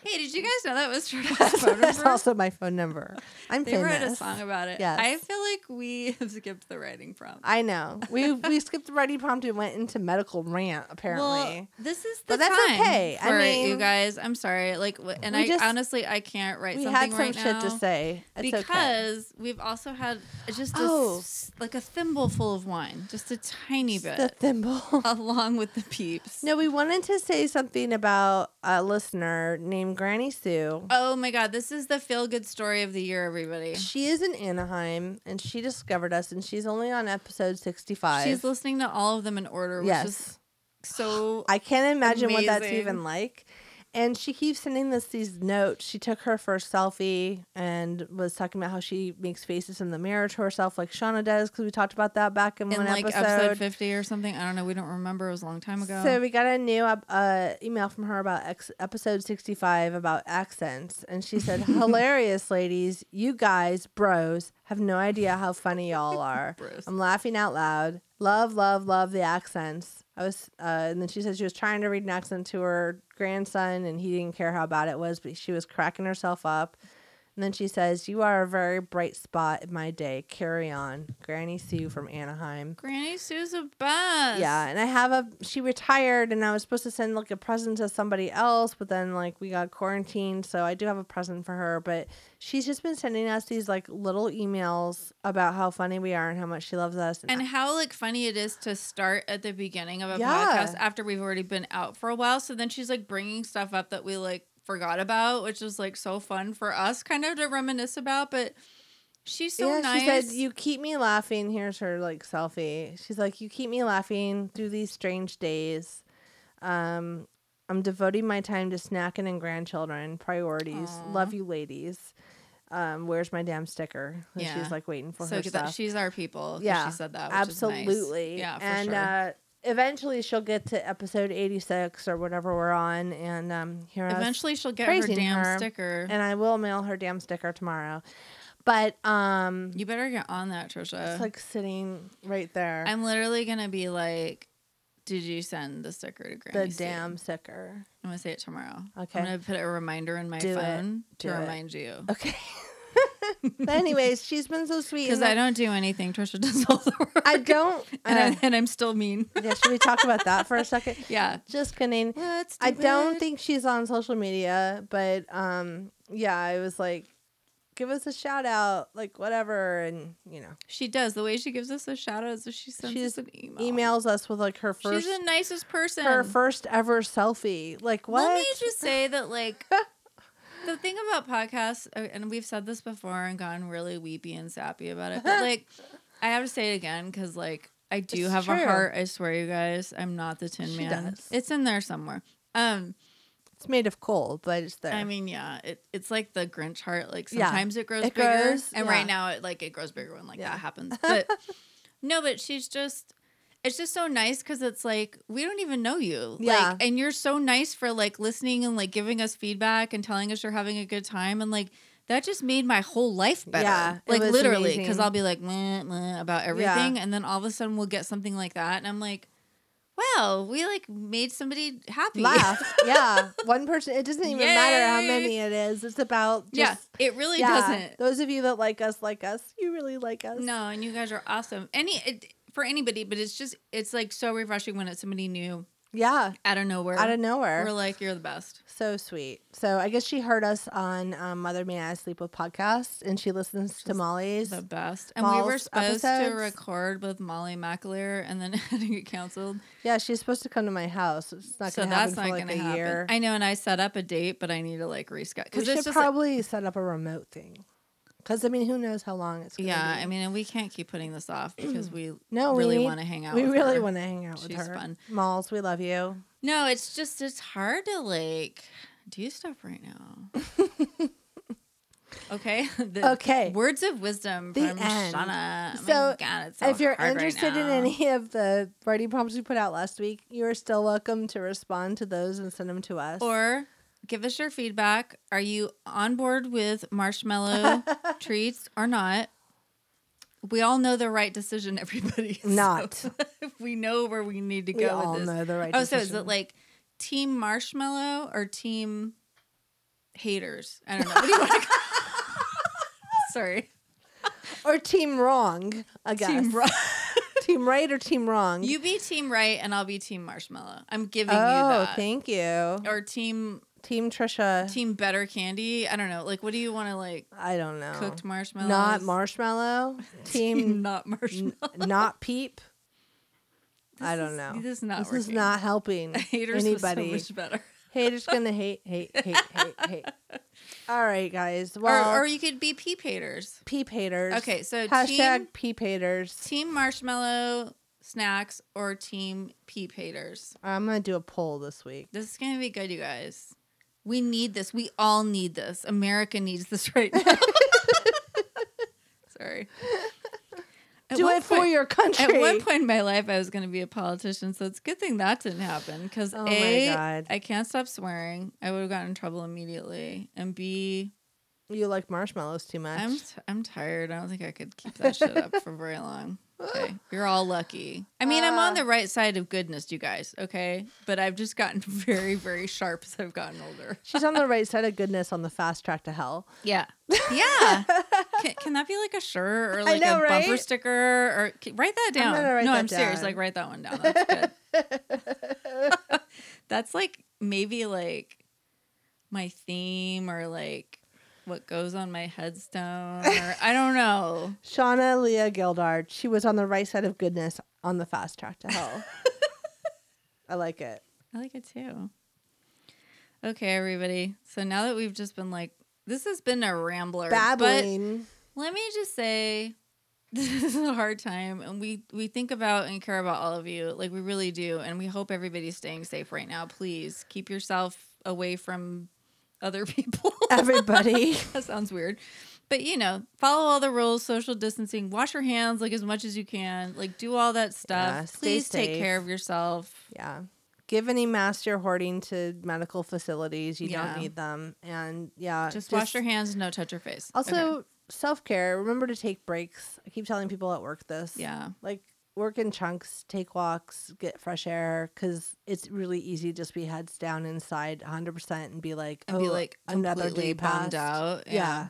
[SPEAKER 2] hey, did you guys know that
[SPEAKER 3] [laughs]
[SPEAKER 2] was Trisha's phone
[SPEAKER 3] that's
[SPEAKER 2] number?
[SPEAKER 3] also my phone number. I'm
[SPEAKER 2] They wrote a
[SPEAKER 3] famous.
[SPEAKER 2] song about it.
[SPEAKER 3] Yes.
[SPEAKER 2] I feel like we [laughs] have skipped the writing prompt.
[SPEAKER 3] I know. We we skipped the writing prompt and went into medical rant,
[SPEAKER 2] Well,
[SPEAKER 3] apparently.
[SPEAKER 2] this is the
[SPEAKER 3] But that's
[SPEAKER 2] time
[SPEAKER 3] okay. I
[SPEAKER 2] for it, you
[SPEAKER 3] mean-
[SPEAKER 2] guys. I'm sorry. Like, wh- and
[SPEAKER 3] We
[SPEAKER 2] I
[SPEAKER 3] just-
[SPEAKER 2] honestly I can't write
[SPEAKER 3] we
[SPEAKER 2] something
[SPEAKER 3] had some
[SPEAKER 2] right
[SPEAKER 3] shit
[SPEAKER 2] now
[SPEAKER 3] to say. It's okay.
[SPEAKER 2] because we've also had just a,
[SPEAKER 3] Oh.
[SPEAKER 2] s- like a thimbleful of wine, just a tiny bit, [laughs]
[SPEAKER 3] The thimble.
[SPEAKER 2] along with the peeps.
[SPEAKER 3] No, we wanted to say something about a listener named Granny Sue.
[SPEAKER 2] Oh my god, this is the feel good story of the year, everybody.
[SPEAKER 3] She is in Anaheim and she discovered us and she's only on episode 65.
[SPEAKER 2] She's listening to all of them in order, which is
[SPEAKER 3] yes.
[SPEAKER 2] so
[SPEAKER 3] I can't imagine what that's
[SPEAKER 2] Amazing.
[SPEAKER 3] even like. And she keeps sending us these notes. She took her first selfie and was talking about how she makes faces in the mirror to herself, like Shauna does, because we talked about that back in,
[SPEAKER 2] in
[SPEAKER 3] one
[SPEAKER 2] like episode.
[SPEAKER 3] episode.
[SPEAKER 2] 50 or something. I don't know, we don't remember. It was a long time ago.
[SPEAKER 3] So we got a new uh, uh, email from her about ex- episode 65 about accents. And she said, Hilarious, ladies. You guys, bros, have no idea how funny y'all are. I'm laughing out loud. Love, love, love the accents. I was, uh, and then she said she was trying to read an accent to her grandson and he didn't care how bad it was, but she was cracking herself up. And then she says, You are a very bright spot in my day. Carry on. Granny Sue from Anaheim.
[SPEAKER 2] Granny Sue's a best.
[SPEAKER 3] Yeah, and I have a she retired and I was supposed to send like a present to somebody else, but then like we got quarantined, so I do have a present for her, but she's just been sending us these like little emails about how funny we are and how much she loves us.
[SPEAKER 2] And how like funny it is to start at the beginning of a
[SPEAKER 3] Yeah.
[SPEAKER 2] podcast after we've already been out for a while. So then she's like bringing stuff up that we like forgot about, which is like so fun for us kind of to reminisce about. But she's so
[SPEAKER 3] yeah,
[SPEAKER 2] nice.
[SPEAKER 3] she said, "You keep me laughing." Here's her like selfie. She's like, "You keep me laughing through these strange days." Um, I'm devoting my time to snacking and grandchildren. Priorities. Love you, ladies. Um, where's my damn sticker? And
[SPEAKER 2] Yeah.
[SPEAKER 3] She's like waiting for
[SPEAKER 2] so
[SPEAKER 3] her
[SPEAKER 2] 'cause
[SPEAKER 3] stuff.
[SPEAKER 2] that, she's our people. 'cause
[SPEAKER 3] Yeah,
[SPEAKER 2] she said that. Which is nice.
[SPEAKER 3] Absolutely.
[SPEAKER 2] Yeah, for
[SPEAKER 3] and
[SPEAKER 2] sure.
[SPEAKER 3] uh, eventually she'll get to episode 86 or whatever we're on and um, hear us.
[SPEAKER 2] Eventually, she'll get her
[SPEAKER 3] praising
[SPEAKER 2] damn
[SPEAKER 3] her
[SPEAKER 2] sticker.
[SPEAKER 3] And I will mail her damn sticker tomorrow. But um,
[SPEAKER 2] you better get on that, Trisha.
[SPEAKER 3] it's like sitting right there.
[SPEAKER 2] I'm literally gonna be like, "Did you send the sticker to Granny?"
[SPEAKER 3] the
[SPEAKER 2] Sue?"
[SPEAKER 3] damn sticker.
[SPEAKER 2] I'm gonna say it tomorrow.
[SPEAKER 3] Okay.
[SPEAKER 2] I'm gonna put a reminder in my
[SPEAKER 3] Do it.
[SPEAKER 2] phone to
[SPEAKER 3] Do it.
[SPEAKER 2] remind you.
[SPEAKER 3] Okay. [laughs] but anyways, she's been
[SPEAKER 2] [laughs]
[SPEAKER 3] so sweet.
[SPEAKER 2] Because
[SPEAKER 3] and
[SPEAKER 2] I don't do anything. Trisha does all the work.
[SPEAKER 3] I don't.
[SPEAKER 2] [laughs] and,
[SPEAKER 3] Uh,
[SPEAKER 2] I, and I'm still mean. [laughs]
[SPEAKER 3] yeah, should we talk about that for a second?
[SPEAKER 2] Yeah.
[SPEAKER 3] Just kidding. I don't think she's on social media, but um, yeah, I was like, give us a shout out, like whatever, and you know,
[SPEAKER 2] she does. The way she gives us a shout out is if she sends
[SPEAKER 3] She's
[SPEAKER 2] us an email.
[SPEAKER 3] emails us with like her first,
[SPEAKER 2] She's the nicest person.
[SPEAKER 3] her first ever selfie. Like what?
[SPEAKER 2] Let me just say that,
[SPEAKER 3] [laughs]
[SPEAKER 2] like, the thing about podcasts, uh, and we've said this before and gone really weepy and sappy about it,
[SPEAKER 3] [laughs]
[SPEAKER 2] but like, I have to say it again because, like, I do
[SPEAKER 3] It's
[SPEAKER 2] have
[SPEAKER 3] true.
[SPEAKER 2] a heart. I swear, you guys, I'm not the Tin
[SPEAKER 3] She
[SPEAKER 2] Man.
[SPEAKER 3] does.
[SPEAKER 2] It's in there somewhere. Um,
[SPEAKER 3] it's made of coal, but it's there.
[SPEAKER 2] I mean, yeah, it, it's like the Grinch heart. Like
[SPEAKER 3] Yeah.
[SPEAKER 2] sometimes it grows
[SPEAKER 3] It
[SPEAKER 2] bigger,
[SPEAKER 3] grows,
[SPEAKER 2] and
[SPEAKER 3] yeah.
[SPEAKER 2] right now it like it grows bigger when like
[SPEAKER 3] Yeah.
[SPEAKER 2] that
[SPEAKER 3] [laughs]
[SPEAKER 2] happens. But no, but she's just. It's just so nice because it's like we don't even know you,
[SPEAKER 3] Yeah.
[SPEAKER 2] like, and you're so nice for like listening and like giving us feedback and telling us you're having a good time, and like that just made my whole life better,
[SPEAKER 3] Yeah, it
[SPEAKER 2] like
[SPEAKER 3] was
[SPEAKER 2] literally, because
[SPEAKER 3] amazing.
[SPEAKER 2] I'll be like meh, meh, about everything, and then all of a sudden we'll get something like that, and I'm like, wow, we like made somebody happy. [laughs]
[SPEAKER 3] [laughs] laugh. yeah, one person. It doesn't even matter how
[SPEAKER 2] Yay.
[SPEAKER 3] many it is. It's about just.
[SPEAKER 2] yeah, it really
[SPEAKER 3] yeah,
[SPEAKER 2] doesn't.
[SPEAKER 3] Those of you that like us, like us. You really like us.
[SPEAKER 2] No, and you guys are awesome. Any it, for anybody, but it's just it's like so refreshing when it's somebody new
[SPEAKER 3] Yeah.
[SPEAKER 2] out of nowhere.
[SPEAKER 3] Out of nowhere.
[SPEAKER 2] we're like you're the best.
[SPEAKER 3] So sweet. So I guess she heard us on um, Mother May I Sleep With podcast, and she listens to Molly's.
[SPEAKER 2] The best. And we were
[SPEAKER 3] False
[SPEAKER 2] supposed
[SPEAKER 3] episodes.
[SPEAKER 2] to record with Molly McAleer and then [laughs] I think it canceled.
[SPEAKER 3] Yeah, she's supposed to come to my house. It's not
[SPEAKER 2] So
[SPEAKER 3] going to
[SPEAKER 2] that's
[SPEAKER 3] happen
[SPEAKER 2] not
[SPEAKER 3] for like
[SPEAKER 2] gonna
[SPEAKER 3] a
[SPEAKER 2] happen.
[SPEAKER 3] year.
[SPEAKER 2] I know, and I set up a date, but I need to like reschedule
[SPEAKER 3] we
[SPEAKER 2] because
[SPEAKER 3] should
[SPEAKER 2] it's just like-
[SPEAKER 3] probably set up a remote thing. Because I mean, who knows how long it's going to
[SPEAKER 2] yeah.
[SPEAKER 3] [clears throat] be?
[SPEAKER 2] I mean, and we can't keep putting this off because we
[SPEAKER 3] no, we
[SPEAKER 2] really
[SPEAKER 3] need-
[SPEAKER 2] want to hang out.
[SPEAKER 3] We
[SPEAKER 2] with
[SPEAKER 3] really
[SPEAKER 2] her.
[SPEAKER 3] want to hang out with
[SPEAKER 2] She's
[SPEAKER 3] her.
[SPEAKER 2] fun.
[SPEAKER 3] Malls, we love you.
[SPEAKER 2] No, it's just it's hard to like do stuff right now. okay. [laughs] The
[SPEAKER 3] Okay.
[SPEAKER 2] Words of wisdom
[SPEAKER 3] The
[SPEAKER 2] from
[SPEAKER 3] end.
[SPEAKER 2] Shauna. Oh
[SPEAKER 3] So,
[SPEAKER 2] my God, it's so
[SPEAKER 3] if you're
[SPEAKER 2] hard right
[SPEAKER 3] interested in
[SPEAKER 2] now.
[SPEAKER 3] any of the writing prompts we put out last week, you are still welcome to respond to those and send them to us.
[SPEAKER 2] or give us your feedback. Are you on board with
[SPEAKER 3] [laughs]
[SPEAKER 2] marshmallow treats or not? We all know the right decision, [laughs] everybody. so
[SPEAKER 3] Not.
[SPEAKER 2] [laughs] we know where we need to go
[SPEAKER 3] we
[SPEAKER 2] with
[SPEAKER 3] all
[SPEAKER 2] this.
[SPEAKER 3] know the right.
[SPEAKER 2] oh, so is it
[SPEAKER 3] decision.
[SPEAKER 2] like team marshmallow or team haters? I don't know. What do you want
[SPEAKER 3] [laughs]
[SPEAKER 2] to Sorry.
[SPEAKER 3] or team wrong? I guess
[SPEAKER 2] Team right.
[SPEAKER 3] [laughs] Team right or team wrong?
[SPEAKER 2] You be team right and I'll be team marshmallow. I'm giving
[SPEAKER 3] oh,
[SPEAKER 2] you that.
[SPEAKER 3] thank you,
[SPEAKER 2] or team
[SPEAKER 3] team Trisha.
[SPEAKER 2] team better candy. I don't know. Like what do you want to like
[SPEAKER 3] I don't know.
[SPEAKER 2] cooked marshmallows? [laughs]
[SPEAKER 3] Oh. not marshmallow.
[SPEAKER 2] team
[SPEAKER 3] Team
[SPEAKER 2] not marshmallow.
[SPEAKER 3] [laughs] n-
[SPEAKER 2] [laughs]
[SPEAKER 3] not peep. I
[SPEAKER 2] This
[SPEAKER 3] don't
[SPEAKER 2] is-
[SPEAKER 3] know.
[SPEAKER 2] This is not
[SPEAKER 3] This is
[SPEAKER 2] working.
[SPEAKER 3] not
[SPEAKER 2] [laughs]
[SPEAKER 3] helping
[SPEAKER 2] haters
[SPEAKER 3] anybody.
[SPEAKER 2] was so much [laughs]
[SPEAKER 3] [laughs]
[SPEAKER 2] better.
[SPEAKER 3] Haters gonna hate, hate, hate, hate,
[SPEAKER 2] [laughs]
[SPEAKER 3] hate. All right, guys. Well,
[SPEAKER 2] or, or you could be peep haters.
[SPEAKER 3] peep haters.
[SPEAKER 2] Okay, so
[SPEAKER 3] hashtag
[SPEAKER 2] team-
[SPEAKER 3] peep haters.
[SPEAKER 2] Team marshmallow snacks or team peep haters.
[SPEAKER 3] I'm gonna do a poll this week.
[SPEAKER 2] This is gonna be good, you guys. We need this. We all need this. America needs this right
[SPEAKER 3] [laughs]
[SPEAKER 2] now. [laughs] Sorry. At
[SPEAKER 3] do
[SPEAKER 2] one
[SPEAKER 3] it for
[SPEAKER 2] point-
[SPEAKER 3] your country.
[SPEAKER 2] At one point in my life, I was going to be a politician, so it's a good thing that didn't happen. Because
[SPEAKER 3] Oh my
[SPEAKER 2] a,
[SPEAKER 3] God.
[SPEAKER 2] I can't stop swearing. I would have gotten in trouble immediately. And b,
[SPEAKER 3] you like marshmallows too much.
[SPEAKER 2] I'm t- I'm tired. I don't think I could keep that shit up for very long.
[SPEAKER 3] [laughs]
[SPEAKER 2] Okay, you're all lucky. I mean, I'm
[SPEAKER 3] Uh.
[SPEAKER 2] on the right side of goodness, you guys. Okay, but I've just gotten [laughs] very, very sharp as I've gotten older.
[SPEAKER 3] She's on the right side of goodness on the fast track to hell.
[SPEAKER 2] Yeah, yeah.
[SPEAKER 3] [laughs]
[SPEAKER 2] can, can that be like a shirt or like
[SPEAKER 3] know,
[SPEAKER 2] a bumper
[SPEAKER 3] right?
[SPEAKER 2] sticker or c- write that down?
[SPEAKER 3] gonna write
[SPEAKER 2] no,
[SPEAKER 3] that
[SPEAKER 2] I'm serious.
[SPEAKER 3] down.
[SPEAKER 2] Like write that one
[SPEAKER 3] [laughs]
[SPEAKER 2] down. That's good. That's like maybe like my theme or like what goes on my headstone or I don't
[SPEAKER 3] [laughs]
[SPEAKER 2] know.
[SPEAKER 3] Shauna Leah Gildard. She was on the right side of goodness on the fast track to
[SPEAKER 2] [laughs]
[SPEAKER 3] hell. I like it.
[SPEAKER 2] I like it too. Okay, everybody. So now that we've just been like, this has been a rambler. But
[SPEAKER 3] Babbling.
[SPEAKER 2] let me just say [laughs] this is a hard time and we we think about and care about all of you like we really do and we hope everybody's staying safe right now please keep yourself away from other [laughs] people [laughs]
[SPEAKER 3] Everybody.
[SPEAKER 2] that sounds weird but you know follow all the rules social distancing wash your hands like as much as you can like do all that stuff
[SPEAKER 3] Yeah, stay
[SPEAKER 2] please take
[SPEAKER 3] safe.
[SPEAKER 2] care of yourself
[SPEAKER 3] Yeah. Give any masks you're hoarding to medical facilities. You
[SPEAKER 2] Yeah.
[SPEAKER 3] don't need them. And yeah.
[SPEAKER 2] just, wash your hands no touch your face
[SPEAKER 3] Uh, Also,
[SPEAKER 2] Okay.
[SPEAKER 3] self care. Remember to take breaks. I keep telling people at work this.
[SPEAKER 2] yeah
[SPEAKER 3] Like, work in chunks, take walks, get fresh air, because it's really easy to just be heads down inside 100% and be like,
[SPEAKER 2] and
[SPEAKER 3] oh,
[SPEAKER 2] be like
[SPEAKER 3] another
[SPEAKER 2] completely
[SPEAKER 3] day
[SPEAKER 2] bummed
[SPEAKER 3] passed.
[SPEAKER 2] out
[SPEAKER 3] Yeah.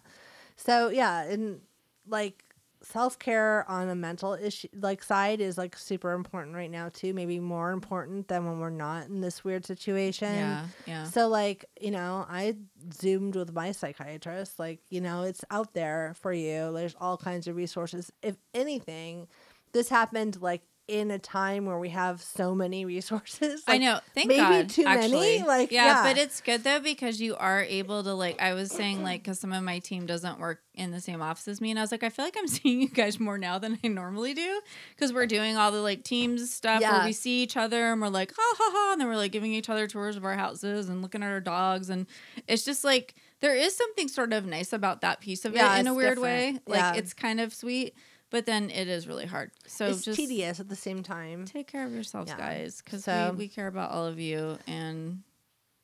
[SPEAKER 3] So, yeah. And like, self care on a mental issue, like, side is like super important right now, too. Maybe more important than when we're not in this weird situation.
[SPEAKER 2] yeah yeah
[SPEAKER 3] So like, you know, I zoomed with my psychiatrist. Like, you know, it's out there for you. There's all kinds of resources. If anything, this happened like in a time where we have so many [laughs] resources.
[SPEAKER 2] I
[SPEAKER 3] Like,
[SPEAKER 2] know. Thank
[SPEAKER 3] maybe
[SPEAKER 2] God.
[SPEAKER 3] too many,
[SPEAKER 2] actually.
[SPEAKER 3] like,
[SPEAKER 2] yeah,
[SPEAKER 3] yeah.
[SPEAKER 2] but it's good though because you are able to like. I was saying like because some of my team doesn't work in the same office as me, and I was like, I feel like I'm [laughs] seeing you guys more now than I normally do because we're doing all the like teams stuff where
[SPEAKER 3] Yeah.
[SPEAKER 2] we see each other and we're like ha ha ha, and then we're like giving each other tours of our houses and looking at our dogs, and it's just like there is something sort of nice about that piece of
[SPEAKER 3] Yeah,
[SPEAKER 2] it in a
[SPEAKER 3] it's
[SPEAKER 2] weird way.
[SPEAKER 3] different.
[SPEAKER 2] Like
[SPEAKER 3] Yeah.
[SPEAKER 2] it's kind of sweet, but then it is really hard. So
[SPEAKER 3] It's
[SPEAKER 2] just
[SPEAKER 3] tedious at the same time.
[SPEAKER 2] take care of yourselves
[SPEAKER 3] Yeah.
[SPEAKER 2] guys because
[SPEAKER 3] So-
[SPEAKER 2] we, we care about all of you and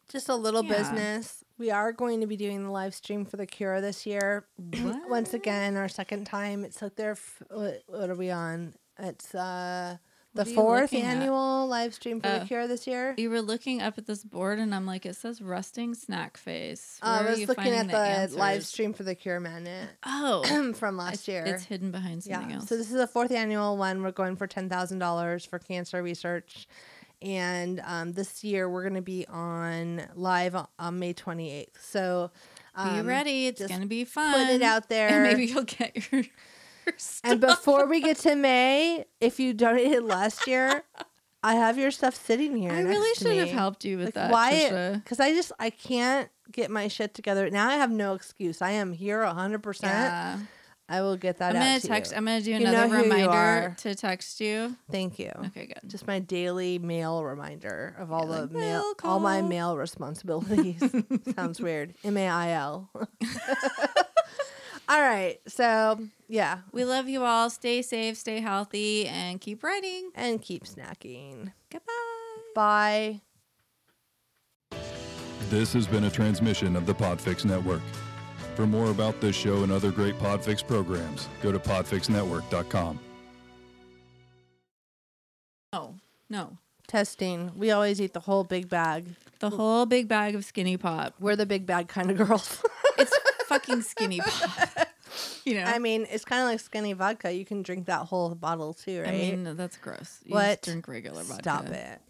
[SPEAKER 3] Just a little
[SPEAKER 2] Yeah.
[SPEAKER 3] business. We are going to be doing the live stream for the cure this year. [clears throat] Once again, our second time. It's like their f- what, what are we on? It's uh the
[SPEAKER 2] What are you
[SPEAKER 3] fourth
[SPEAKER 2] looking at?
[SPEAKER 3] annual live stream for
[SPEAKER 2] Oh.
[SPEAKER 3] the cure this year.
[SPEAKER 2] you were looking up at this board and i'm like it says rusting snack face Where
[SPEAKER 3] Uh, Oh, I
[SPEAKER 2] are
[SPEAKER 3] was
[SPEAKER 2] you
[SPEAKER 3] looking at
[SPEAKER 2] finding
[SPEAKER 3] the, live
[SPEAKER 2] answers?
[SPEAKER 3] stream for the Cure Minute
[SPEAKER 2] oh
[SPEAKER 3] [clears throat] from last year.
[SPEAKER 2] it's hidden behind
[SPEAKER 3] yeah.
[SPEAKER 2] something else
[SPEAKER 3] So this is the fourth annual one. We're going for ten thousand dollars for cancer research, and um, this year we're going to be on live on, on May twenty eighth. So
[SPEAKER 2] be
[SPEAKER 3] um,
[SPEAKER 2] ready it's
[SPEAKER 3] just
[SPEAKER 2] gonna be fun
[SPEAKER 3] Put it out there.
[SPEAKER 2] Um, [laughs] and maybe you'll get your
[SPEAKER 3] [laughs] And before we get to May, if you donated
[SPEAKER 2] [laughs]
[SPEAKER 3] last year, I have your stuff sitting here.
[SPEAKER 2] i
[SPEAKER 3] next
[SPEAKER 2] really
[SPEAKER 3] to
[SPEAKER 2] should have
[SPEAKER 3] me.
[SPEAKER 2] helped you with
[SPEAKER 3] Like,
[SPEAKER 2] that
[SPEAKER 3] why?
[SPEAKER 2] Trisha.
[SPEAKER 3] Because I just I can't get my shit together now. I have no excuse. I am here hundred percent.
[SPEAKER 2] yeah.
[SPEAKER 3] I will get that
[SPEAKER 2] i'm
[SPEAKER 3] out
[SPEAKER 2] gonna
[SPEAKER 3] to
[SPEAKER 2] text
[SPEAKER 3] you.
[SPEAKER 2] i'm gonna do
[SPEAKER 3] know
[SPEAKER 2] another
[SPEAKER 3] who you
[SPEAKER 2] reminder
[SPEAKER 3] are.
[SPEAKER 2] to text you
[SPEAKER 3] Thank you.
[SPEAKER 2] okay good
[SPEAKER 3] Just my daily mail reminder of all
[SPEAKER 2] Yeah,
[SPEAKER 3] the
[SPEAKER 2] like,
[SPEAKER 3] mail,
[SPEAKER 2] mail
[SPEAKER 3] all my
[SPEAKER 2] call.
[SPEAKER 3] mail
[SPEAKER 2] [laughs]
[SPEAKER 3] responsibilities. Sounds weird. M A I L. [laughs] All right. So yeah,
[SPEAKER 2] we love you all stay safe stay healthy and keep writing
[SPEAKER 3] and keep snacking.
[SPEAKER 2] goodbye
[SPEAKER 3] Bye.
[SPEAKER 6] This has been a transmission of the Podfix Network. For more about this show and other great Podfix programs, go to podfixnetwork.com.
[SPEAKER 2] No, no.
[SPEAKER 3] Testing. We always eat the whole big bag.
[SPEAKER 2] The whole big bag of skinny pop.
[SPEAKER 3] We're the big bag kind of girls. [laughs]
[SPEAKER 2] It's fucking skinny pop. You know?
[SPEAKER 3] I mean, it's kind of like skinny vodka. You can drink that whole bottle too, right?
[SPEAKER 2] I mean, that's gross. You
[SPEAKER 3] What?
[SPEAKER 2] Just drink regular vodka.
[SPEAKER 3] Stop it.